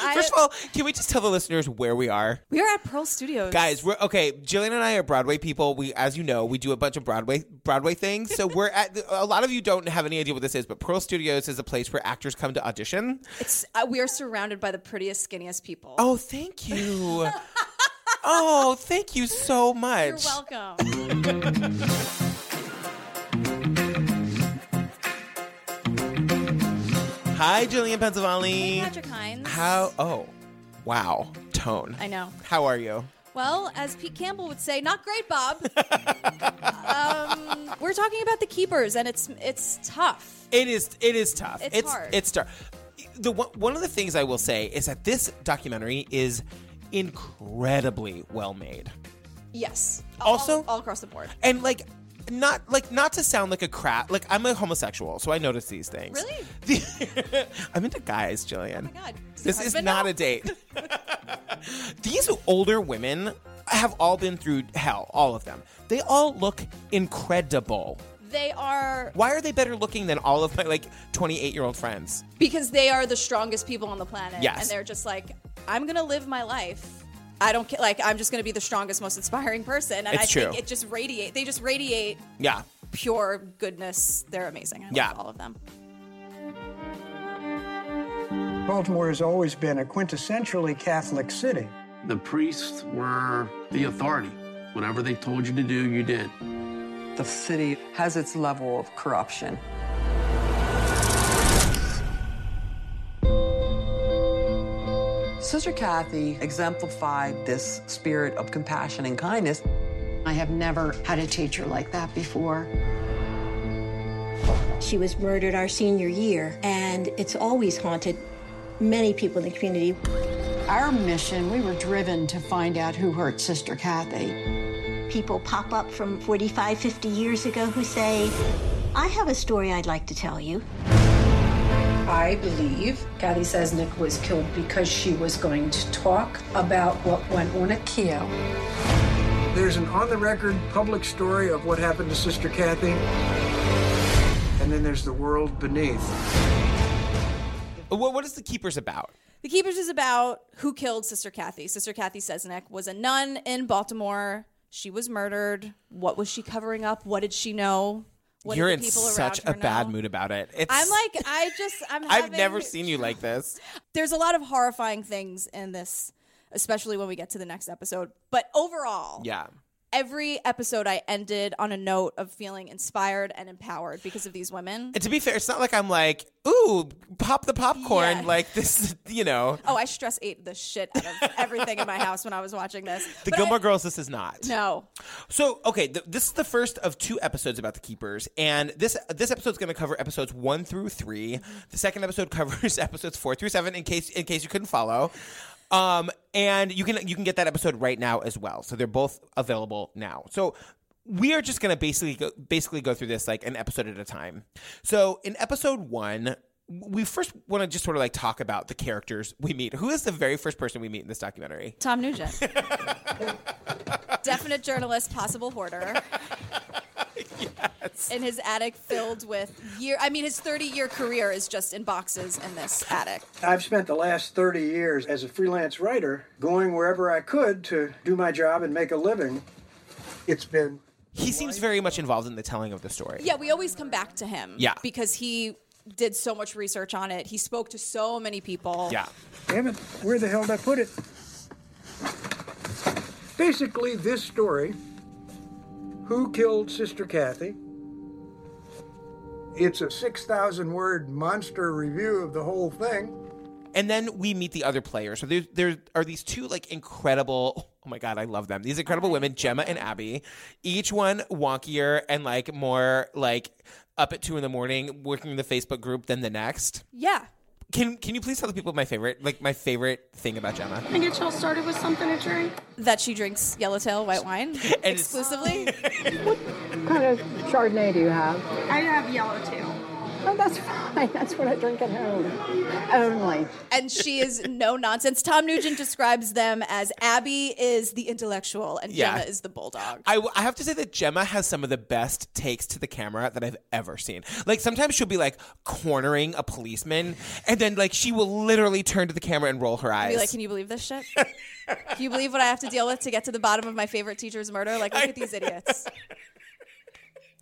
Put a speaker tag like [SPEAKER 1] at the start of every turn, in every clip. [SPEAKER 1] I-
[SPEAKER 2] First of all, can we just tell the listeners where we are?
[SPEAKER 1] We are at Pearl Studios.
[SPEAKER 2] Guys, we're okay. Jillian and I are Broadway people. We, as you know, we do a bunch of Broadway Broadway things. So we're at. A lot of you don't have any idea what this is, but Pearl Studios is a place where actors come to audition.
[SPEAKER 1] It's, uh, we are surrounded by the prettiest, skinniest people.
[SPEAKER 2] Oh, thank you. oh, thank you so much.
[SPEAKER 1] You're welcome.
[SPEAKER 2] Hi, Jillian Pensavalli.
[SPEAKER 1] Patrick Hines.
[SPEAKER 2] How? Oh, wow. Tone.
[SPEAKER 1] I know.
[SPEAKER 2] How are you?
[SPEAKER 1] Well, as Pete Campbell would say, not great, Bob. um, we're talking about the keepers, and it's it's tough.
[SPEAKER 2] It is. It is tough.
[SPEAKER 1] It's hard.
[SPEAKER 2] It's tough. The one, one of the things I will say is that this documentary is incredibly well made,
[SPEAKER 1] Yes.
[SPEAKER 2] Also-
[SPEAKER 1] all, all across the board.
[SPEAKER 2] and like not like not to sound like a crap. Like I'm a homosexual, so I notice these things.
[SPEAKER 1] Really? Oh
[SPEAKER 2] The- I'm into guys, Jillian.
[SPEAKER 1] God, does
[SPEAKER 2] This
[SPEAKER 1] your
[SPEAKER 2] is
[SPEAKER 1] husband
[SPEAKER 2] not
[SPEAKER 1] know?
[SPEAKER 2] a date. These older women have all been through hell, all of them. They all look incredible.
[SPEAKER 1] They are
[SPEAKER 2] Why are they better looking than all of my like 28 year old friends?
[SPEAKER 1] because they are the strongest people on the planet.
[SPEAKER 2] Yes.
[SPEAKER 1] And they're just like, I'm gonna live my life. I don't care. Like, I'm just gonna be the strongest, most inspiring person. And I
[SPEAKER 2] It's true.
[SPEAKER 1] think it just radiate. They just radiate
[SPEAKER 2] Yeah.
[SPEAKER 1] pure goodness. They're amazing. I
[SPEAKER 2] Yeah.
[SPEAKER 1] love all of them.
[SPEAKER 3] Baltimore has always been a quintessentially Catholic city.
[SPEAKER 4] The priests were the authority. Whatever they told you to do, you did.
[SPEAKER 5] The city has its level of corruption. Sister Kathy exemplified this spirit of compassion and kindness.
[SPEAKER 6] I have never had a teacher like that before.
[SPEAKER 7] She was murdered our senior year, and it's always haunted many people in the community.
[SPEAKER 6] Our mission, we were driven to find out who hurt Sister Kathy.
[SPEAKER 7] People pop up from 45, 50 years ago who say, I have a story I'd like to tell you.
[SPEAKER 8] I believe Kathy Sesnick was killed because she was going to talk about what went on at Keo.
[SPEAKER 3] There's an on the record public story of what happened to Sister Kathy, and then there's the world beneath.
[SPEAKER 2] What, what is the Keepers about?
[SPEAKER 1] The Keepers is about who killed Sister Kathy. Sister Kathy Sesnick was a nun in Baltimore. She was murdered. What was she covering up? What did she know? What did
[SPEAKER 2] You're
[SPEAKER 1] the
[SPEAKER 2] in
[SPEAKER 1] people around
[SPEAKER 2] such a
[SPEAKER 1] her
[SPEAKER 2] bad
[SPEAKER 1] know?
[SPEAKER 2] mood about it. It's,
[SPEAKER 1] I'm like, I just, I'm.
[SPEAKER 2] I've
[SPEAKER 1] having-
[SPEAKER 2] never seen you like this.
[SPEAKER 1] There's a lot of horrifying things in this, especially when we get to the next episode. But overall,
[SPEAKER 2] Yeah.
[SPEAKER 1] every episode I ended on a note of feeling inspired and empowered because of these women.
[SPEAKER 2] And to be fair, it's not like I'm like, ooh, pop the popcorn.
[SPEAKER 1] Yeah.
[SPEAKER 2] Like this, you know.
[SPEAKER 1] Oh, I stress ate the shit out of everything in my house when I was watching this.
[SPEAKER 2] The
[SPEAKER 1] But I-
[SPEAKER 2] Gilmore Girls, this is not.
[SPEAKER 1] No,
[SPEAKER 2] So, okay, th- this is the first of two episodes about the Keepers, and this this episode's going to cover episodes one through three. The second episode covers episodes four through seven. In case in case you couldn't follow, um, and you can you can get that episode right now as well. So they're both available now. So. We are just gonna basically go, basically go through this like an episode at a time. So in episode one, we first want to just sort of like talk about the characters we meet. Who is the very first person we meet in this documentary?
[SPEAKER 1] Tom Nugent. Definite journalist, possible hoarder. Yes. In his attic filled with year I mean his 30 year career is just in boxes in this attic.
[SPEAKER 3] I've spent the last 30 years as a freelance writer going wherever I could to do my job and make a living. It's been
[SPEAKER 2] He seems very much involved in the telling of the story.
[SPEAKER 1] Yeah, we always come back to him.
[SPEAKER 2] Yeah.
[SPEAKER 1] Because he did so much research on it. He spoke to so many people.
[SPEAKER 2] Yeah.
[SPEAKER 3] Damn it, where the hell did I put it? Basically, this story Who Killed Sister Kathy? It's a 6,000 word monster review of the whole thing.
[SPEAKER 2] and then we meet the other players. So there, there are these two like incredible. Oh my god, I love them. These incredible women, Gemma and Abby, each one wonkier and like more like up at two in the morning working the Facebook group than the next.
[SPEAKER 1] Yeah.
[SPEAKER 2] Can Can you please tell the people my favorite like my favorite thing about Gemma?
[SPEAKER 9] Can I get y'all started with something to drink?
[SPEAKER 1] That she drinks yellowtail white wine
[SPEAKER 2] it's-
[SPEAKER 1] exclusively.
[SPEAKER 9] I have yellowtail. Oh, that's fine. That's what I drink at home. Only.
[SPEAKER 1] and she is no nonsense. Tom Nugent describes them as Abby is the intellectual and
[SPEAKER 2] Yeah.
[SPEAKER 1] Gemma is the bulldog.
[SPEAKER 2] I, I have to say that Gemma has some of the best takes to the camera that I've ever seen. Like sometimes she'll be like cornering a policeman, and then like she will literally turn to the camera and roll her eyes.
[SPEAKER 1] be like, can you believe this shit? Can you believe what I have to deal with to get to the bottom of my favorite teacher's murder? Like, look at these idiots.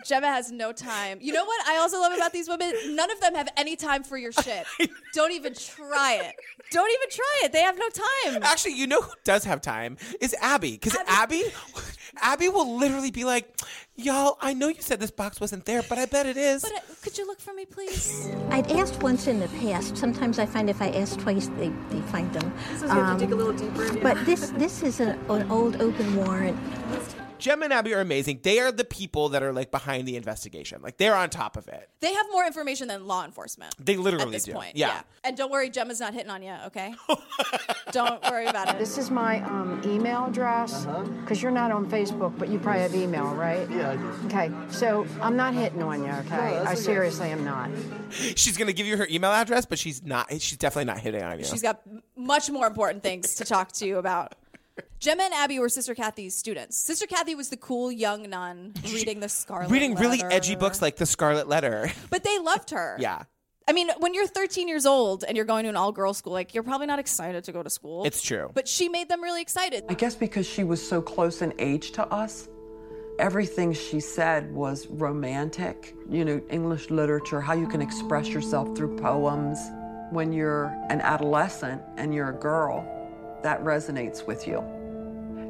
[SPEAKER 1] Gemma has no time. You know what I also love about these women? None of them have any time for your shit. Don't even try it. Don't even try it. They have no time.
[SPEAKER 2] Actually, you know who does have time is Abby, because Abby, Abby will literally be like, "Y'all, I know you said this box wasn't there, but I bet it is."
[SPEAKER 1] But uh, could you look for me, please?
[SPEAKER 7] I'd asked once in the past. Sometimes I find if I ask twice, they, they find them. Um,
[SPEAKER 9] So you have to dig a little deeper. yeah.
[SPEAKER 7] But this this is an, an old open warrant.
[SPEAKER 1] uh,
[SPEAKER 2] Gemma and Abby are amazing. They are the people that are like behind the investigation. Like they're on top of it.
[SPEAKER 1] They have more information than law enforcement.
[SPEAKER 2] They literally
[SPEAKER 1] at this
[SPEAKER 2] do.
[SPEAKER 1] point.
[SPEAKER 2] Yeah.
[SPEAKER 1] And don't worry, Gemma's not hitting on you, okay? don't worry about it.
[SPEAKER 6] This is my um, email address because you're not on Facebook, but you probably have email, right? Uh-huh. Yeah, I do. Okay, so I'm not hitting on you, okay? I seriously am not.
[SPEAKER 2] She's gonna give you her email address, but she's not. She's definitely not hitting on you.
[SPEAKER 1] She's got m- much more important things to talk to you about. Gemma and Abby were Sister Kathy's students. Sister Kathy was the cool young nun reading the Scarlet
[SPEAKER 2] reading really
[SPEAKER 1] Letter.
[SPEAKER 2] edgy books like The Scarlet Letter.
[SPEAKER 1] But they loved her.
[SPEAKER 2] yeah,
[SPEAKER 1] I mean, when you're 13 years old and you're going to an all girl school, like, you're probably not excited to go to school.
[SPEAKER 2] it's true.
[SPEAKER 1] But she made them really excited.
[SPEAKER 5] I guess because she was so close in age to us, everything she said was romantic. You know, English literature, how you can express yourself through poems. When you're an adolescent and you're a girl, that resonates with you.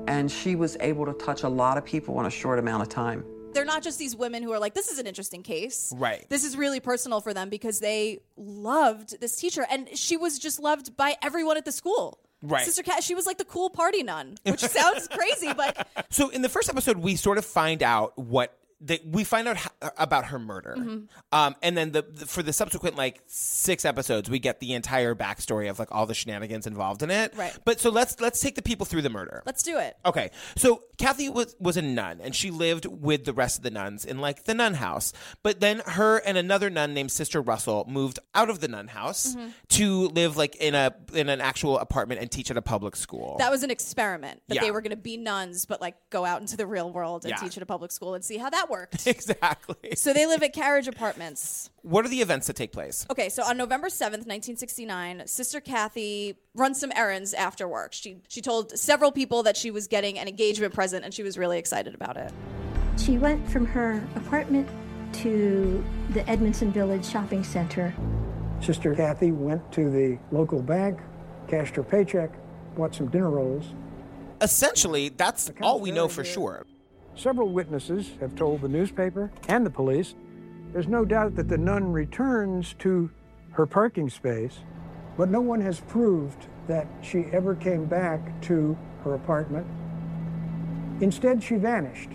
[SPEAKER 5] And she was able to touch a lot of people in a short amount of time.
[SPEAKER 1] They're not just these women who are like, this is an interesting case.
[SPEAKER 2] Right.
[SPEAKER 1] This is really personal for them because they loved this teacher. And she was just loved by everyone at the school.
[SPEAKER 2] Right.
[SPEAKER 1] Sister Cat, she was like the cool party nun, which sounds crazy, but
[SPEAKER 2] so in the first episode, we sort of find out what. The, we find out ho- about her murder,
[SPEAKER 1] Mm-hmm.
[SPEAKER 2] um, and then the, the for the subsequent like six episodes, we get the entire backstory of like all the shenanigans involved in it.
[SPEAKER 1] Right.
[SPEAKER 2] But so let's let's take the people through the murder.
[SPEAKER 1] let's do it.
[SPEAKER 2] Okay, so Kathy was was a nun, and she lived with the rest of the nuns in like the nun house. But then her and another nun named Sister Russell moved out of the nun house
[SPEAKER 1] Mm-hmm.
[SPEAKER 2] to live like in a in an actual apartment and teach at a public school.
[SPEAKER 1] That was an experiment that
[SPEAKER 2] Yeah.
[SPEAKER 1] they were going to be nuns, but like go out into the real world and
[SPEAKER 2] Yeah.
[SPEAKER 1] teach at a public school and see how that worked.
[SPEAKER 2] exactly.
[SPEAKER 1] so they live at carriage apartments.
[SPEAKER 2] What are the events that take place?
[SPEAKER 1] Okay, so on November 7th, 1969, Sister Kathy runs some errands after work. She she told several people that she was getting an engagement present and she was really excited about it.
[SPEAKER 7] She went from her apartment to the Edmondson Village Shopping Center.
[SPEAKER 3] Sister Kathy went to the local bank, cashed her paycheck, bought some dinner rolls.
[SPEAKER 2] Essentially, that's all we know for sure.
[SPEAKER 3] Several witnesses have told the newspaper and the police there's no doubt that the nun returns to her parking space, but no one has proved that she ever came back to her apartment. Instead, she vanished.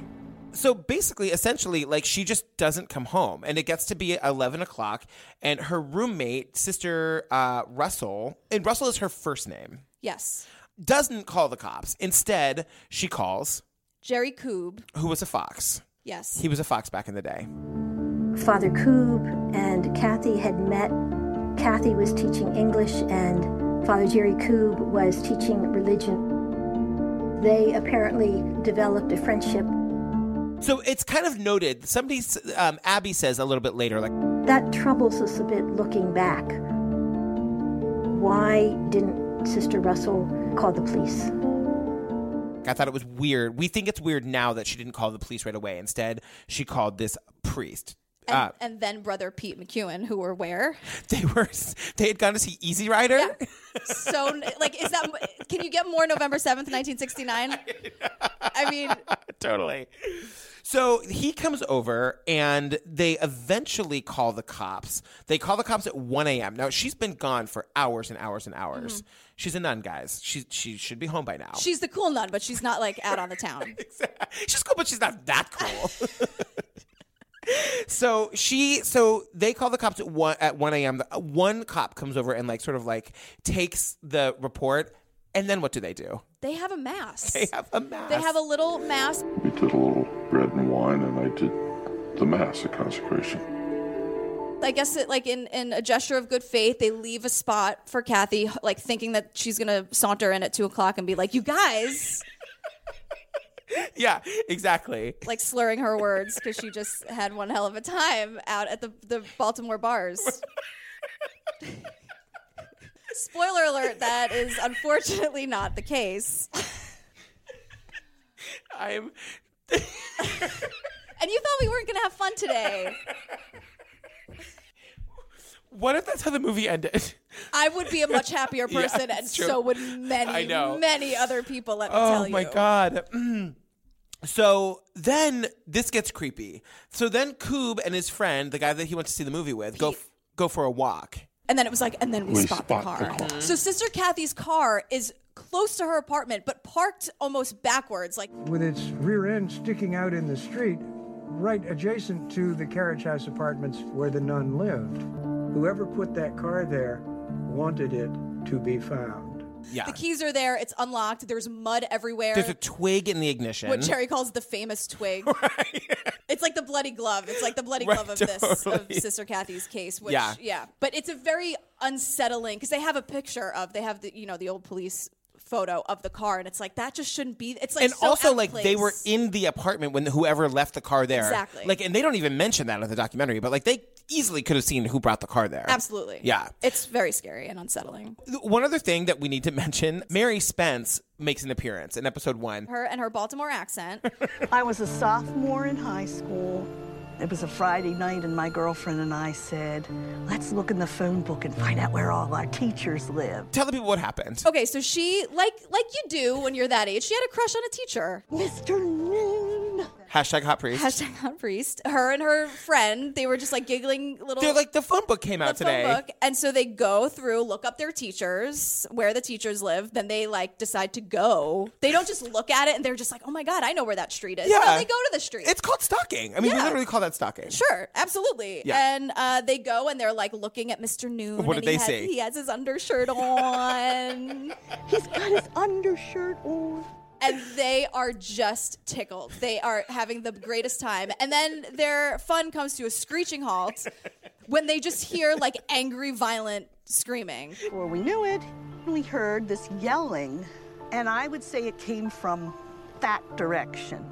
[SPEAKER 2] So basically, essentially, like she just doesn't come home, and it gets to be eleven o'clock, and her roommate, Sister uh, Russell, and Russell is her first name.
[SPEAKER 1] Yes.
[SPEAKER 2] doesn't call the cops. Instead, she calls
[SPEAKER 1] Jerry Coob.
[SPEAKER 2] who was a fox.
[SPEAKER 1] Yes.
[SPEAKER 2] He was a fox back in the day.
[SPEAKER 7] Father Coob and Kathy had met. Kathy was teaching English, and Father Jerry Coob was teaching religion. They apparently developed a friendship.
[SPEAKER 2] So it's kind of noted. Somebody, s- um, Abby says a little bit later, like,
[SPEAKER 7] That troubles us a bit looking back. Why didn't Sister Russell call the police?
[SPEAKER 2] I thought it was weird. We think it's weird now that she didn't call the police right away. Instead, she called this priest.
[SPEAKER 1] And,
[SPEAKER 2] uh,
[SPEAKER 1] and then brother Pete McEwen, who were where?
[SPEAKER 2] they were they had gone to see Easy Rider.
[SPEAKER 1] so like is that can you get more november 7th 1969 i mean
[SPEAKER 2] totally. So he comes over and they eventually call the cops. They call the cops at 1 a.m. Now she's been gone for hours and hours and hours. She's a nun, guys. She she should be home by now.
[SPEAKER 1] she's the cool nun but she's not like out on the town
[SPEAKER 2] she's cool, but she's not that cool. so she, so they call the cops at one at one a.m. The- One cop comes over and like sort of like takes the report, and then what do they do?
[SPEAKER 1] they have a mass
[SPEAKER 2] They have a mass.
[SPEAKER 1] They have a little mass
[SPEAKER 10] We did a little bread and wine, and I did the Mass, the consecration.
[SPEAKER 1] I guess it like in, in a gesture of good faith, they leave a spot for Kathy, like thinking that she's gonna saunter in at two o'clock and be like, "You guys,"
[SPEAKER 2] yeah, exactly.
[SPEAKER 1] like slurring her words because she just had one hell of a time out at the the Baltimore bars. Spoiler alert: that is unfortunately not the case.
[SPEAKER 2] I'm.
[SPEAKER 1] And you thought we weren't gonna have fun today.
[SPEAKER 2] What if that's how the movie ended?
[SPEAKER 1] I would be a much happier
[SPEAKER 2] Yeah,
[SPEAKER 1] person, and
[SPEAKER 2] it's true.
[SPEAKER 1] so would many,
[SPEAKER 2] I know.
[SPEAKER 1] many other people. Let me
[SPEAKER 2] Oh
[SPEAKER 1] tell you.
[SPEAKER 2] my god. Mm. So then this gets creepy. So then Coob and his friend, the guy that he went to see the movie with, go f- go for a walk.
[SPEAKER 1] And then it was like, and then we,
[SPEAKER 2] We
[SPEAKER 1] spot, the
[SPEAKER 2] spot the
[SPEAKER 1] car.
[SPEAKER 2] car.
[SPEAKER 1] So Sister Kathy's car is close to her apartment, but parked almost backwards. Like,
[SPEAKER 3] with its rear end sticking out in the street, right adjacent to the carriage house apartments where the nun lived. Whoever put that car there wanted it to be found.
[SPEAKER 2] Yeah.
[SPEAKER 1] the keys are there, it's unlocked, there's mud everywhere.
[SPEAKER 2] There's a twig in the ignition.
[SPEAKER 1] what Jerry calls the famous twig. It's like the bloody glove. It's like the bloody
[SPEAKER 2] Right,
[SPEAKER 1] glove of this of
[SPEAKER 2] totally.
[SPEAKER 1] Sister Kathy's case. Which, yeah,
[SPEAKER 2] Yeah.
[SPEAKER 1] But it's a very unsettling because they have a picture of they have the you know the old police photo of the car, and it's like that just shouldn't be. It's like
[SPEAKER 2] and
[SPEAKER 1] so out
[SPEAKER 2] also
[SPEAKER 1] of
[SPEAKER 2] like they were
[SPEAKER 1] place.
[SPEAKER 2] in the apartment when whoever left the car there.
[SPEAKER 1] Exactly.
[SPEAKER 2] Like and they don't even mention that in the documentary, but like they easily could have seen who brought the car there.
[SPEAKER 1] absolutely.
[SPEAKER 2] Yeah.
[SPEAKER 1] it's very scary and unsettling.
[SPEAKER 2] One other thing that we need to mention, Mary Spence makes an appearance in episode 1.
[SPEAKER 1] Her and her Baltimore accent.
[SPEAKER 10] I was a sophomore in high school. It was a Friday night, and my girlfriend and I said, Let's look in the phone book and find out where all our teachers live.
[SPEAKER 2] Tell the people what happened.
[SPEAKER 1] Okay, so she like like you do when you're that age. She had a crush on a teacher,
[SPEAKER 10] Mr. Noon.
[SPEAKER 2] Hashtag hot priest.
[SPEAKER 1] Hashtag hot priest. Her and her friend, they were just like giggling little.
[SPEAKER 2] They're like the phone book came out
[SPEAKER 1] the phone
[SPEAKER 2] today.
[SPEAKER 1] book, and so they go through, look up their teachers, where the teachers live. Then they like decide to go. They don't just look at it and they're just like, oh my god, I know where that street is. No,
[SPEAKER 2] Yeah.
[SPEAKER 1] they go to the street.
[SPEAKER 2] It's called stalking. I mean, we
[SPEAKER 1] Yeah.
[SPEAKER 2] literally call that stalking.
[SPEAKER 1] Sure, absolutely.
[SPEAKER 2] Yeah.
[SPEAKER 1] And uh, they go and they're like looking at Mr. Noon.
[SPEAKER 2] What
[SPEAKER 1] and
[SPEAKER 2] did
[SPEAKER 1] he
[SPEAKER 2] they
[SPEAKER 1] has,
[SPEAKER 2] say?
[SPEAKER 1] He has his undershirt on.
[SPEAKER 10] He's got his undershirt on.
[SPEAKER 1] and they are just tickled. They are having the greatest time. And then their fun comes to a screeching halt when they just hear like angry, violent screaming.
[SPEAKER 10] Before we knew it, we heard this yelling, and I would say it came from that direction.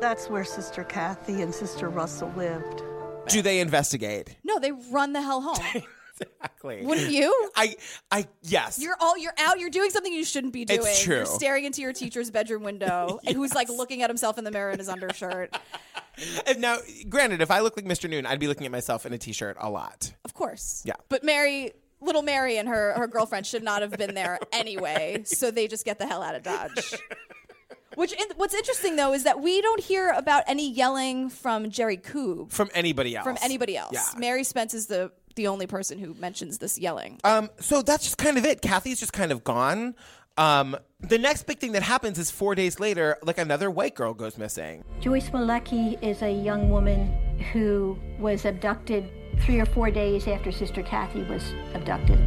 [SPEAKER 10] That's where Sister Kathy and Sister Russell lived.
[SPEAKER 2] Do they investigate?
[SPEAKER 1] No, they run the hell home.
[SPEAKER 2] Exactly.
[SPEAKER 1] Wouldn't you?
[SPEAKER 2] I, I, yes.
[SPEAKER 1] You're all you're out. You're doing something you shouldn't be doing.
[SPEAKER 2] It's
[SPEAKER 1] You're
[SPEAKER 2] true.
[SPEAKER 1] staring into your teacher's bedroom window, and who's like looking at himself in the mirror in his undershirt.
[SPEAKER 2] And now, granted, if I look like Mr. Noon, I'd be looking at myself in a t-shirt a lot.
[SPEAKER 1] Of course.
[SPEAKER 2] Yeah.
[SPEAKER 1] But Mary, little Mary, and her her girlfriend should not have been there anyway. So they just get the hell out of Dodge. Which in, what's interesting though is that we don't hear about any yelling from Jerry Coob
[SPEAKER 2] From anybody else.
[SPEAKER 1] from anybody else.
[SPEAKER 2] Yeah.
[SPEAKER 1] Mary Spence is the the only person who mentions this yelling.
[SPEAKER 2] Um, so that's just kind of it. Kathy's just kind of gone. Um, the next big thing that happens is four days later, like another white girl goes missing.
[SPEAKER 7] Joyce Malecki is a young woman who was abducted three or four days after Sister Kathy was abducted.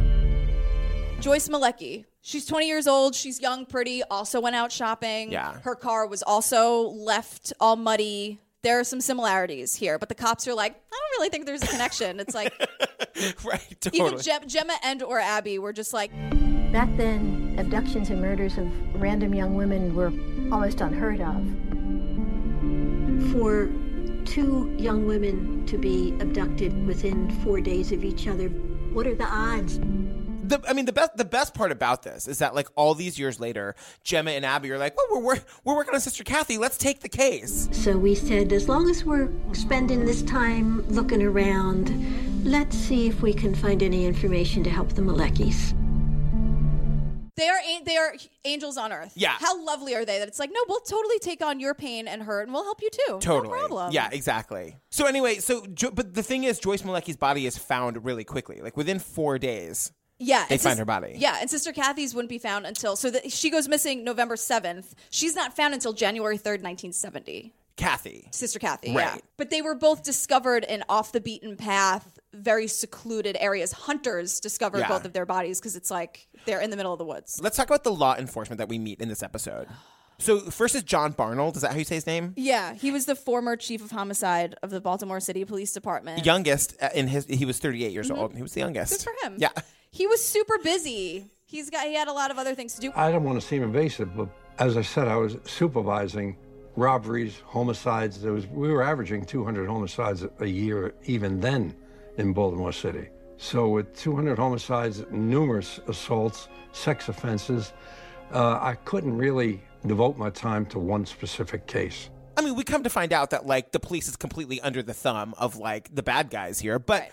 [SPEAKER 1] Joyce Malecki. She's 20 years old. She's young, pretty. Also went out shopping.
[SPEAKER 2] Yeah.
[SPEAKER 1] Her car was also left all muddy. There are some similarities here, but the cops are like, I don't really think there's a connection. It's like
[SPEAKER 2] right,
[SPEAKER 1] even Gem- Gemma and or Abby were just like,
[SPEAKER 7] Back then, abductions and murders of random young women were almost unheard of. For two young women to be abducted within four days of each other, what are the odds?
[SPEAKER 2] The, I mean, the best the best part about this is that like all these years later, Gemma and Abby are like, well, we're wor- we're working on Sister Kathy. Let's take the case.
[SPEAKER 7] So we said, as long as we're spending this time looking around, let's see if we can find any information to help the Malekis.
[SPEAKER 1] they are an- they are angels on earth.
[SPEAKER 7] Yeah.
[SPEAKER 1] How lovely are they that it's like, no, we'll totally take on your pain and hurt, and we'll help you too.
[SPEAKER 2] Totally.
[SPEAKER 1] No problem.
[SPEAKER 2] Yeah, exactly. So anyway, so jo- but the thing is, Joyce Malecki's body is found really quickly, like within four days.
[SPEAKER 1] Yeah,
[SPEAKER 2] they
[SPEAKER 1] it's
[SPEAKER 2] find
[SPEAKER 1] just-
[SPEAKER 2] her body.
[SPEAKER 1] Yeah, and Sister Kathy's wouldn't be found until so that she goes missing November seventh. She's not found until January third, nineteen seventy.
[SPEAKER 2] Kathy.
[SPEAKER 1] Sister Kathy, yeah.
[SPEAKER 2] Right.
[SPEAKER 1] But they were both discovered in off the beaten path, very secluded areas. Hunters discovered
[SPEAKER 2] Yeah.
[SPEAKER 1] both of their bodies because it's like they're in the middle of the woods.
[SPEAKER 2] Let's talk about the law enforcement that we meet in this episode. So first is John Barnold. Is that how you say his name?
[SPEAKER 1] Yeah, he was the former chief of homicide of the Baltimore City Police Department.
[SPEAKER 2] Youngest uh, in his. He was 38 years
[SPEAKER 1] Mhm.
[SPEAKER 2] old. He was the
[SPEAKER 1] Good
[SPEAKER 2] youngest.
[SPEAKER 1] for him.
[SPEAKER 2] Yeah.
[SPEAKER 1] He was super busy. He's got he had a lot of other things to do.
[SPEAKER 11] I don't want to seem invasive, but as I said, I was supervising robberies, homicides. There was we were averaging 200 homicides a year, even then, in Baltimore City. So with 200 homicides, numerous assaults, sex offenses, uh, I couldn't really devote my time to one specific case.
[SPEAKER 2] I mean, we come to find out that like the police is completely under the thumb of like the bad guys here, but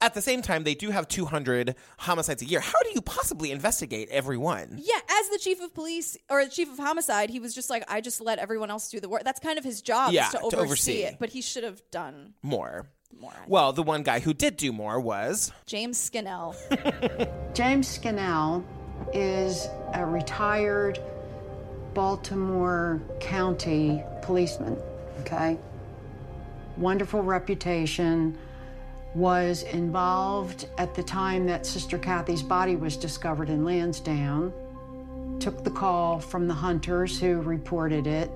[SPEAKER 2] at the same time, they do have 200 homicides a year. How do you possibly investigate every one?
[SPEAKER 1] Yeah, as the chief of police or the chief of homicide, he was just like, I just let everyone else do the work. That's kind of his job
[SPEAKER 2] Yeah,
[SPEAKER 1] is to
[SPEAKER 2] to
[SPEAKER 1] oversee,
[SPEAKER 2] oversee.
[SPEAKER 1] it. But he should have done
[SPEAKER 2] More.
[SPEAKER 1] more.
[SPEAKER 2] Well, the one guy who did do more was
[SPEAKER 1] James Skinnell.
[SPEAKER 6] James Skinnell is a retired Baltimore County policeman, okay? Wonderful reputation, was involved at the time that Sister Kathy's body was discovered in Lansdowne, took the call from the hunters who reported it,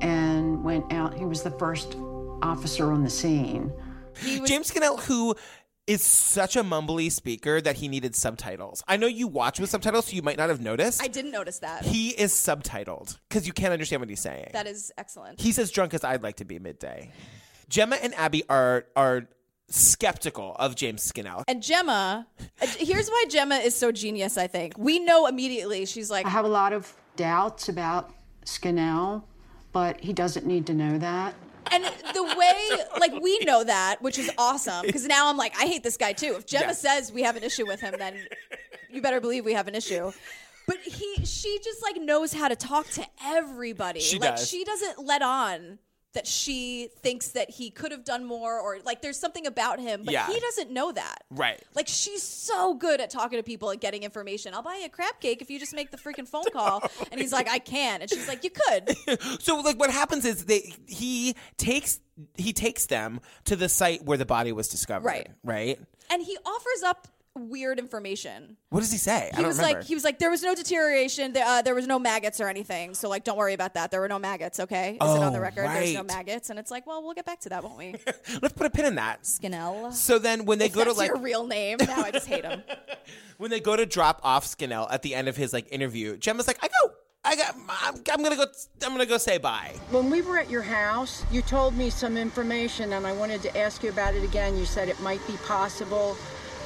[SPEAKER 6] and went out. He was the first officer on the scene.
[SPEAKER 2] James Cannell, who is such a mumbly speaker that he needed subtitles. I know you watch with subtitles, so you might not have noticed.
[SPEAKER 1] I didn't notice that.
[SPEAKER 2] He is subtitled because you can't understand what he's saying.
[SPEAKER 1] that is excellent.
[SPEAKER 2] He's as drunk as I'd like to be midday. Gemma and Abby are are skeptical of James Skinnell.
[SPEAKER 1] and Gemma, uh, here's why Gemma is so genius, I think. We know immediately she's like
[SPEAKER 6] I have a lot of doubts about Skinnell, but he doesn't need to know that.
[SPEAKER 1] And the way, like, we know that, which is awesome, because now I'm like, I hate this guy too. If Gemma
[SPEAKER 6] Yeah.
[SPEAKER 1] says we have an issue with him, then you better believe we have an issue. But he, she just like knows how to talk to everybody.
[SPEAKER 12] She
[SPEAKER 1] like
[SPEAKER 12] does.
[SPEAKER 1] she doesn't let on that she thinks that he could have done more, or like there's something about him, but
[SPEAKER 2] Yeah.
[SPEAKER 1] he doesn't know that.
[SPEAKER 2] Right.
[SPEAKER 1] Like she's so good at talking to people and getting information. I'll buy you a crab cake if you just make the freaking phone call. And he's like, I can, and she's like, you could.
[SPEAKER 2] So like what happens is they he takes he takes them to the site where the body was discovered.
[SPEAKER 1] Right.
[SPEAKER 2] Right?
[SPEAKER 1] And he offers up weird information.
[SPEAKER 2] What does he say? I
[SPEAKER 1] He
[SPEAKER 2] don't
[SPEAKER 1] was
[SPEAKER 2] remember.
[SPEAKER 1] like, he was like, there was no deterioration. There, uh, there was no maggots or anything. So like, don't worry about that. There were no maggots. Okay, is it on the
[SPEAKER 2] Oh,
[SPEAKER 1] record? There's no
[SPEAKER 2] right.
[SPEAKER 1] maggots, and it's like, well, we'll get back to that, won't we?
[SPEAKER 2] Let's put a pin in that.
[SPEAKER 1] Skinnell.
[SPEAKER 2] So then when they
[SPEAKER 1] If
[SPEAKER 2] go to
[SPEAKER 1] that's
[SPEAKER 2] like
[SPEAKER 1] your real name. Now I just hate him.
[SPEAKER 2] when they go to drop off Skinnell at the end of his like interview, Gemma's like, I go, I got, I'm, I'm gonna go, I'm gonna go say bye.
[SPEAKER 9] When we were at your house, you told me some information and I wanted to ask you about it again. You said it might be possible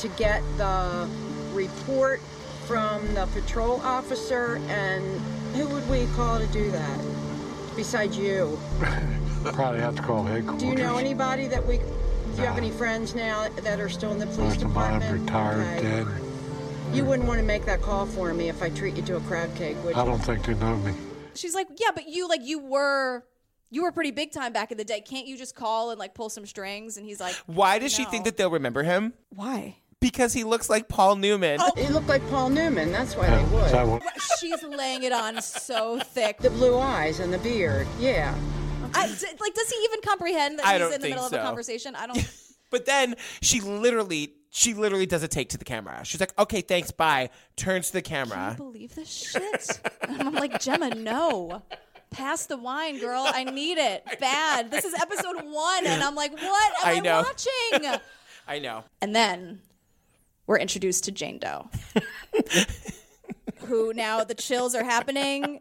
[SPEAKER 9] to get the report from the patrol officer and who would we call to do that besides you?
[SPEAKER 11] Probably have to call headquarters.
[SPEAKER 9] Do you know anybody that we, do you have
[SPEAKER 11] Nah.
[SPEAKER 9] any friends now that are still in the police
[SPEAKER 11] Most of mine
[SPEAKER 9] department?
[SPEAKER 11] retired,
[SPEAKER 9] Okay.
[SPEAKER 11] dead.
[SPEAKER 9] You wouldn't want to make that call for me if I treat you to a crab cake, would you?
[SPEAKER 11] I don't think they know me.
[SPEAKER 1] She's like, yeah, but you like you were. You were pretty big time back in the day. Can't you just call and like pull some strings? And he's like,
[SPEAKER 2] Why does she think that they'll remember him?
[SPEAKER 1] Why?
[SPEAKER 2] Because he looks like Paul Newman.
[SPEAKER 9] Oh, he looked like Paul Newman. That's why they
[SPEAKER 2] Yeah,
[SPEAKER 9] would.
[SPEAKER 2] so I won't-
[SPEAKER 1] she's laying it on so thick.
[SPEAKER 9] The blue eyes and the beard. Yeah.
[SPEAKER 1] I, d- like, does he even comprehend that
[SPEAKER 2] I
[SPEAKER 1] he's
[SPEAKER 2] don't
[SPEAKER 1] in the
[SPEAKER 2] think
[SPEAKER 1] middle of
[SPEAKER 2] so.
[SPEAKER 1] a conversation? I don't.
[SPEAKER 2] But then she literally, she literally does a take to the camera. She's like, okay, thanks, bye. Turns to the
[SPEAKER 1] Can you
[SPEAKER 2] camera.
[SPEAKER 1] believe this shit? and I'm like, Gemma, no. Pass the wine, girl. I need it bad. This is episode one, and I'm like, what am I,
[SPEAKER 2] I know.
[SPEAKER 1] watching?
[SPEAKER 2] I know.
[SPEAKER 1] and then we're introduced to Jane Doe, who now the chills are happening.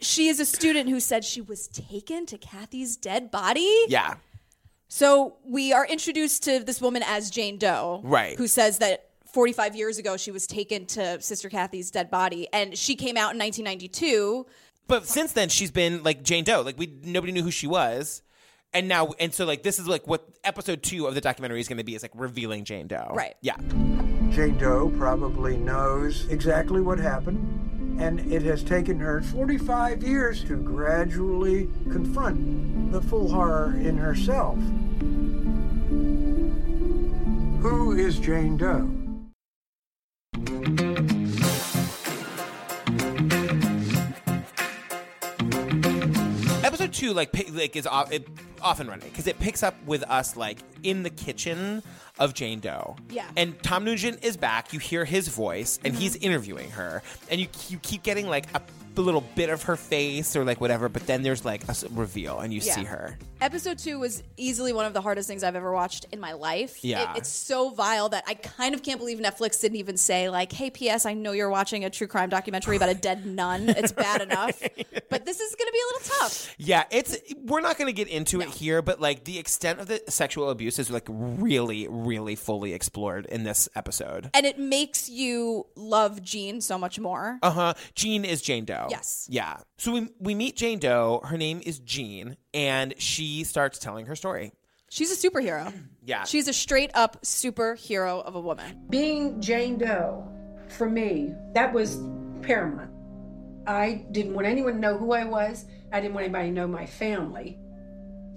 [SPEAKER 1] She is a student who said she was taken to Kathy's dead body.
[SPEAKER 2] Yeah.
[SPEAKER 1] So we are introduced to this woman as Jane Doe,
[SPEAKER 2] Right.
[SPEAKER 1] Who says that 45 years ago she was taken to Sister Kathy's dead body, and she came out in 1992.
[SPEAKER 2] But since then, she's been like Jane Doe. Like we, nobody knew who she was. And now, and so like this is like what episode two of the documentary is going to be is like revealing Jane Doe.
[SPEAKER 3] Right.
[SPEAKER 2] Yeah.
[SPEAKER 3] Jane Doe probably knows exactly what happened, and it has taken her 45 years to gradually confront the full horror in herself. Who is Jane Doe?
[SPEAKER 2] Episode two, like, pi- like is off, it, off and running because it picks up with us like in the kitchen of Jane Doe.
[SPEAKER 1] Yeah. Mm-hmm.
[SPEAKER 2] And Tom Nugent is back. You hear his voice, and he's interviewing her, and you you keep getting like a little bit of her face or like whatever, but then there's like a s- reveal, and you
[SPEAKER 1] Yeah.
[SPEAKER 2] see her.
[SPEAKER 1] Episode two was easily one of the hardest things I've ever watched in my life.
[SPEAKER 2] Yeah.
[SPEAKER 1] It- it's so vile that I kind of can't believe Netflix didn't even say, like, hey, P.S., I know you're watching a true crime documentary about a dead nun. It's bad enough. But this is going to be a little tough.
[SPEAKER 2] Yeah, it's we're not going to get into it here, but like the extent of the sexual abuse is like really, really fully explored in this episode.
[SPEAKER 1] And it makes you love Jean so much more.
[SPEAKER 2] Uh huh. Jean is Jane Doe.
[SPEAKER 1] Yes.
[SPEAKER 2] Yeah. So we we meet Jane Doe. Her name is Jean, and she starts telling her story.
[SPEAKER 1] She's a superhero.
[SPEAKER 2] Yeah.
[SPEAKER 1] She's a straight up superhero of a woman.
[SPEAKER 8] Being Jane Doe, for me, that was paramount. I didn't want anyone to know who I was. I didn't want anybody to know my family.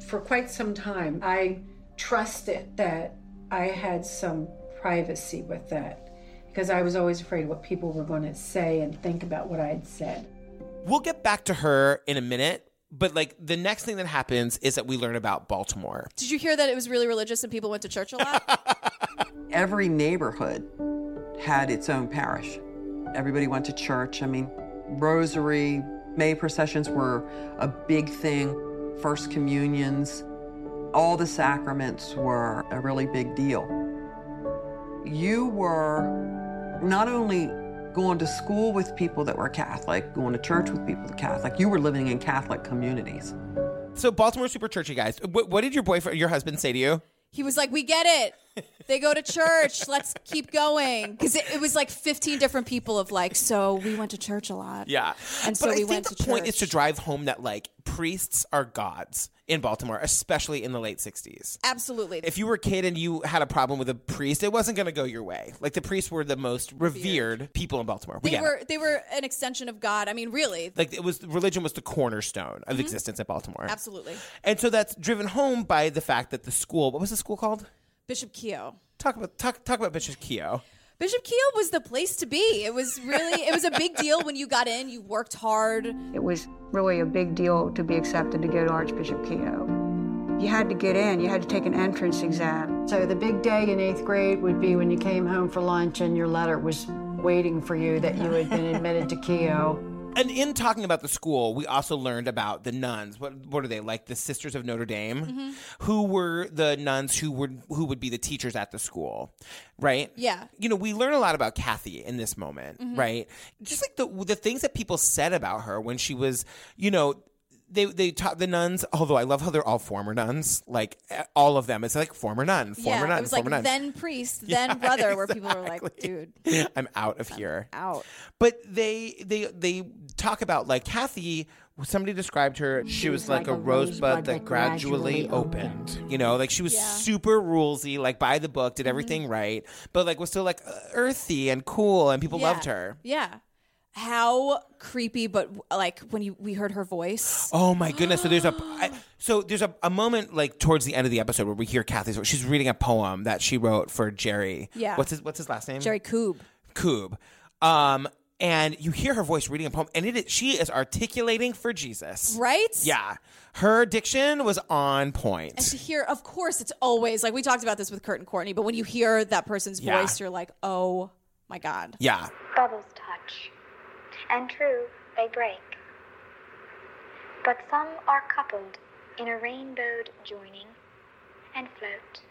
[SPEAKER 8] For quite some time, I trusted that I had some privacy with that because I was always afraid what people were going to say and think about what I had said.
[SPEAKER 2] We'll get back to her in a minute, but like the next thing that happens is that we learn about Baltimore.
[SPEAKER 1] Did you hear that it was really religious and people went to church a lot?
[SPEAKER 5] Every neighborhood had its own parish. Everybody went to church. I mean, rosary, May processions were a big thing, First Communions, all the sacraments were a really big deal. You were not only going to school with people that were Catholic, going to church with people that were Catholic, you were living in Catholic communities.
[SPEAKER 2] So Baltimore super churchy guys. What, what did your boyfriend, your husband, say to you?
[SPEAKER 1] he was like, We get it. They go to church. Let's keep going. Because it, it was like 15 different people of like, So we went to church a lot.
[SPEAKER 2] Yeah.
[SPEAKER 1] And so
[SPEAKER 2] but I
[SPEAKER 1] we
[SPEAKER 2] think
[SPEAKER 1] went
[SPEAKER 2] the
[SPEAKER 1] to
[SPEAKER 2] point
[SPEAKER 1] church.
[SPEAKER 2] is to drive home that like priests are gods in Baltimore, especially in the late '60s.
[SPEAKER 1] Absolutely.
[SPEAKER 2] If you were a kid and you had a problem with a priest, it wasn't going to go your way. Like the priests were the most revered, people in Baltimore. We
[SPEAKER 1] they
[SPEAKER 2] get it.
[SPEAKER 1] were they were an extension of God. I mean, really.
[SPEAKER 2] like it was religion was the cornerstone of
[SPEAKER 1] Mhm.
[SPEAKER 2] existence at Baltimore.
[SPEAKER 1] Absolutely.
[SPEAKER 2] And so that's driven home by the fact that the school, what was the school called?
[SPEAKER 1] Bishop Keogh.
[SPEAKER 2] Talk about talk talk about Bishop Keogh.
[SPEAKER 1] Bishop Keogh was the place to be. It was really it was a big deal when you got in. You worked hard.
[SPEAKER 12] It was really a big deal to be accepted to go to Archbishop Keogh. You had to get in, you had to take an entrance exam.
[SPEAKER 6] So the big day in eighth grade would be when you came home for lunch and your letter was waiting for you that you had been admitted to Keogh.
[SPEAKER 2] And in talking about the school, we also learned about the nuns. What what are they like? The Sisters of Notre Dame,
[SPEAKER 1] Mm-hmm.
[SPEAKER 2] who were the nuns who were who would be the teachers at the school, right?
[SPEAKER 1] Yeah.
[SPEAKER 2] You know, we learn a lot about Kathy in this moment,
[SPEAKER 1] Mhm.
[SPEAKER 2] right? Just like the the things that people said about her when she was, you know. They, they taught the nuns, although I love how they're all former nuns, like eh, all of them. It's like former nun, former
[SPEAKER 1] yeah,
[SPEAKER 2] nun,
[SPEAKER 1] it was like
[SPEAKER 2] former nun.
[SPEAKER 1] then priest,
[SPEAKER 2] Yeah,
[SPEAKER 1] then brother, where people were like, dude,
[SPEAKER 2] I'm out of here.
[SPEAKER 1] out.
[SPEAKER 2] But they they they talk about like Kathy. Somebody described her. She, was, like, a rosebud, that gradually opened. Mm-hmm. You know, like she was super rulesy, like by the book, did everything right, but like was still like uh, earthy and cool, and people
[SPEAKER 1] Yeah.
[SPEAKER 2] loved her.
[SPEAKER 1] Yeah. How creepy, but like when you we heard her voice.
[SPEAKER 2] Oh my goodness! So there's a I, so there's a, a moment like towards the end of the episode where we hear Kathy's. She's reading a poem that she wrote for Jerry.
[SPEAKER 1] Yeah.
[SPEAKER 2] What's his What's his last name?
[SPEAKER 1] Jerry Coob.
[SPEAKER 2] Coob. Um, and you hear her voice reading a poem, and it is, she is articulating for Jesus.
[SPEAKER 1] Right?
[SPEAKER 2] Yeah. Her diction was on point.
[SPEAKER 1] And to hear, of course, it's always like we talked about this with Kurt and Courtney, but when you hear that person's
[SPEAKER 2] Yeah.
[SPEAKER 1] voice, you're like, oh my God.
[SPEAKER 2] Yeah.
[SPEAKER 13] Bubbles touch, and true, they break. But some are coupled in a rainbowed joining, and float,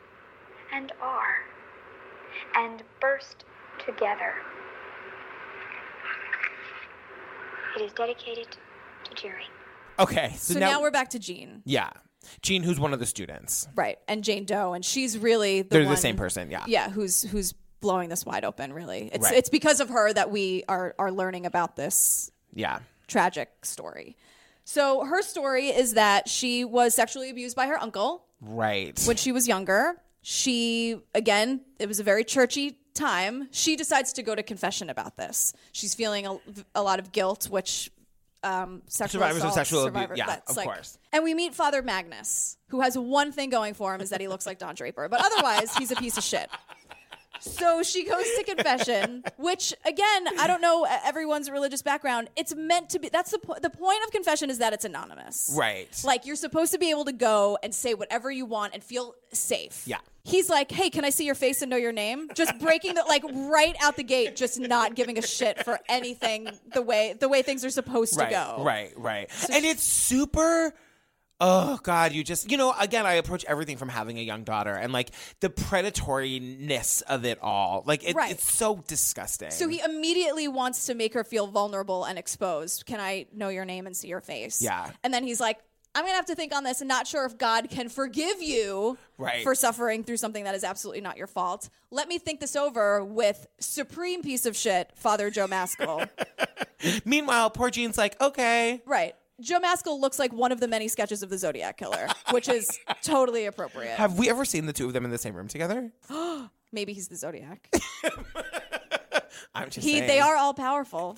[SPEAKER 13] and are, and burst together. It is dedicated to Jerry.
[SPEAKER 2] Okay. So,
[SPEAKER 1] So, now, we're back to Jean.
[SPEAKER 2] Yeah. Jean, who's one of the students.
[SPEAKER 1] Right. And Jane Doe. And she's really the
[SPEAKER 2] They're
[SPEAKER 1] one-
[SPEAKER 2] the same person. Yeah.
[SPEAKER 1] Yeah, who's who's blowing this wide open really. It's
[SPEAKER 2] Right.
[SPEAKER 1] it's because of her that we are are learning about this
[SPEAKER 2] Yeah.
[SPEAKER 1] tragic story. So her story is that she was sexually abused by her uncle
[SPEAKER 2] Right.
[SPEAKER 1] when she was younger. She again, it was a very churchy time. She decides to go to confession about this. She's feeling a, a lot of guilt, which um, sexual
[SPEAKER 2] Survivors of
[SPEAKER 1] assault,
[SPEAKER 2] sexual abuse,
[SPEAKER 1] survivor-
[SPEAKER 2] yeah,
[SPEAKER 1] that's
[SPEAKER 2] of
[SPEAKER 1] like-
[SPEAKER 2] course.
[SPEAKER 1] And we meet Father Magnus, who has one thing going for him is that he looks like Don Draper, but otherwise he's a piece of shit. So she goes to confession, which again, I don't know uh, everyone's religious background. It's meant to be. That's the po- the point of confession is that it's anonymous.
[SPEAKER 2] Right.
[SPEAKER 1] Like you're supposed to be able to go and say whatever you want and feel safe.
[SPEAKER 2] Yeah.
[SPEAKER 1] He's like, "Hey, can I see your face and know your name?" Just breaking the like right out the gate, just not giving a shit for anything the way the way things are supposed
[SPEAKER 2] right,
[SPEAKER 1] to go.
[SPEAKER 2] Right, right. and it's super. Oh God, you just you know again I approach everything from having a young daughter and like the predatoriness of it all like it,
[SPEAKER 1] Right.
[SPEAKER 2] it's so disgusting.
[SPEAKER 1] So he immediately wants to make her feel vulnerable and exposed. Can I know your name and see your face?
[SPEAKER 2] Yeah.
[SPEAKER 1] And then he's like, I'm going to have to think on this and not sure if God can forgive you
[SPEAKER 2] Right.
[SPEAKER 1] for suffering through something that is absolutely not your fault. Let me think this over with supreme piece of shit, Father Joe Maskell.
[SPEAKER 2] Meanwhile, poor Jean's like okay,
[SPEAKER 1] right. Joe Maskell looks like one of the many sketches of the Zodiac Killer, which is totally appropriate.
[SPEAKER 2] Oh have we ever seen the two of them in the same room together?
[SPEAKER 1] Maybe he's the Zodiac.
[SPEAKER 2] I'm just
[SPEAKER 1] He,
[SPEAKER 2] saying.
[SPEAKER 1] they are all powerful.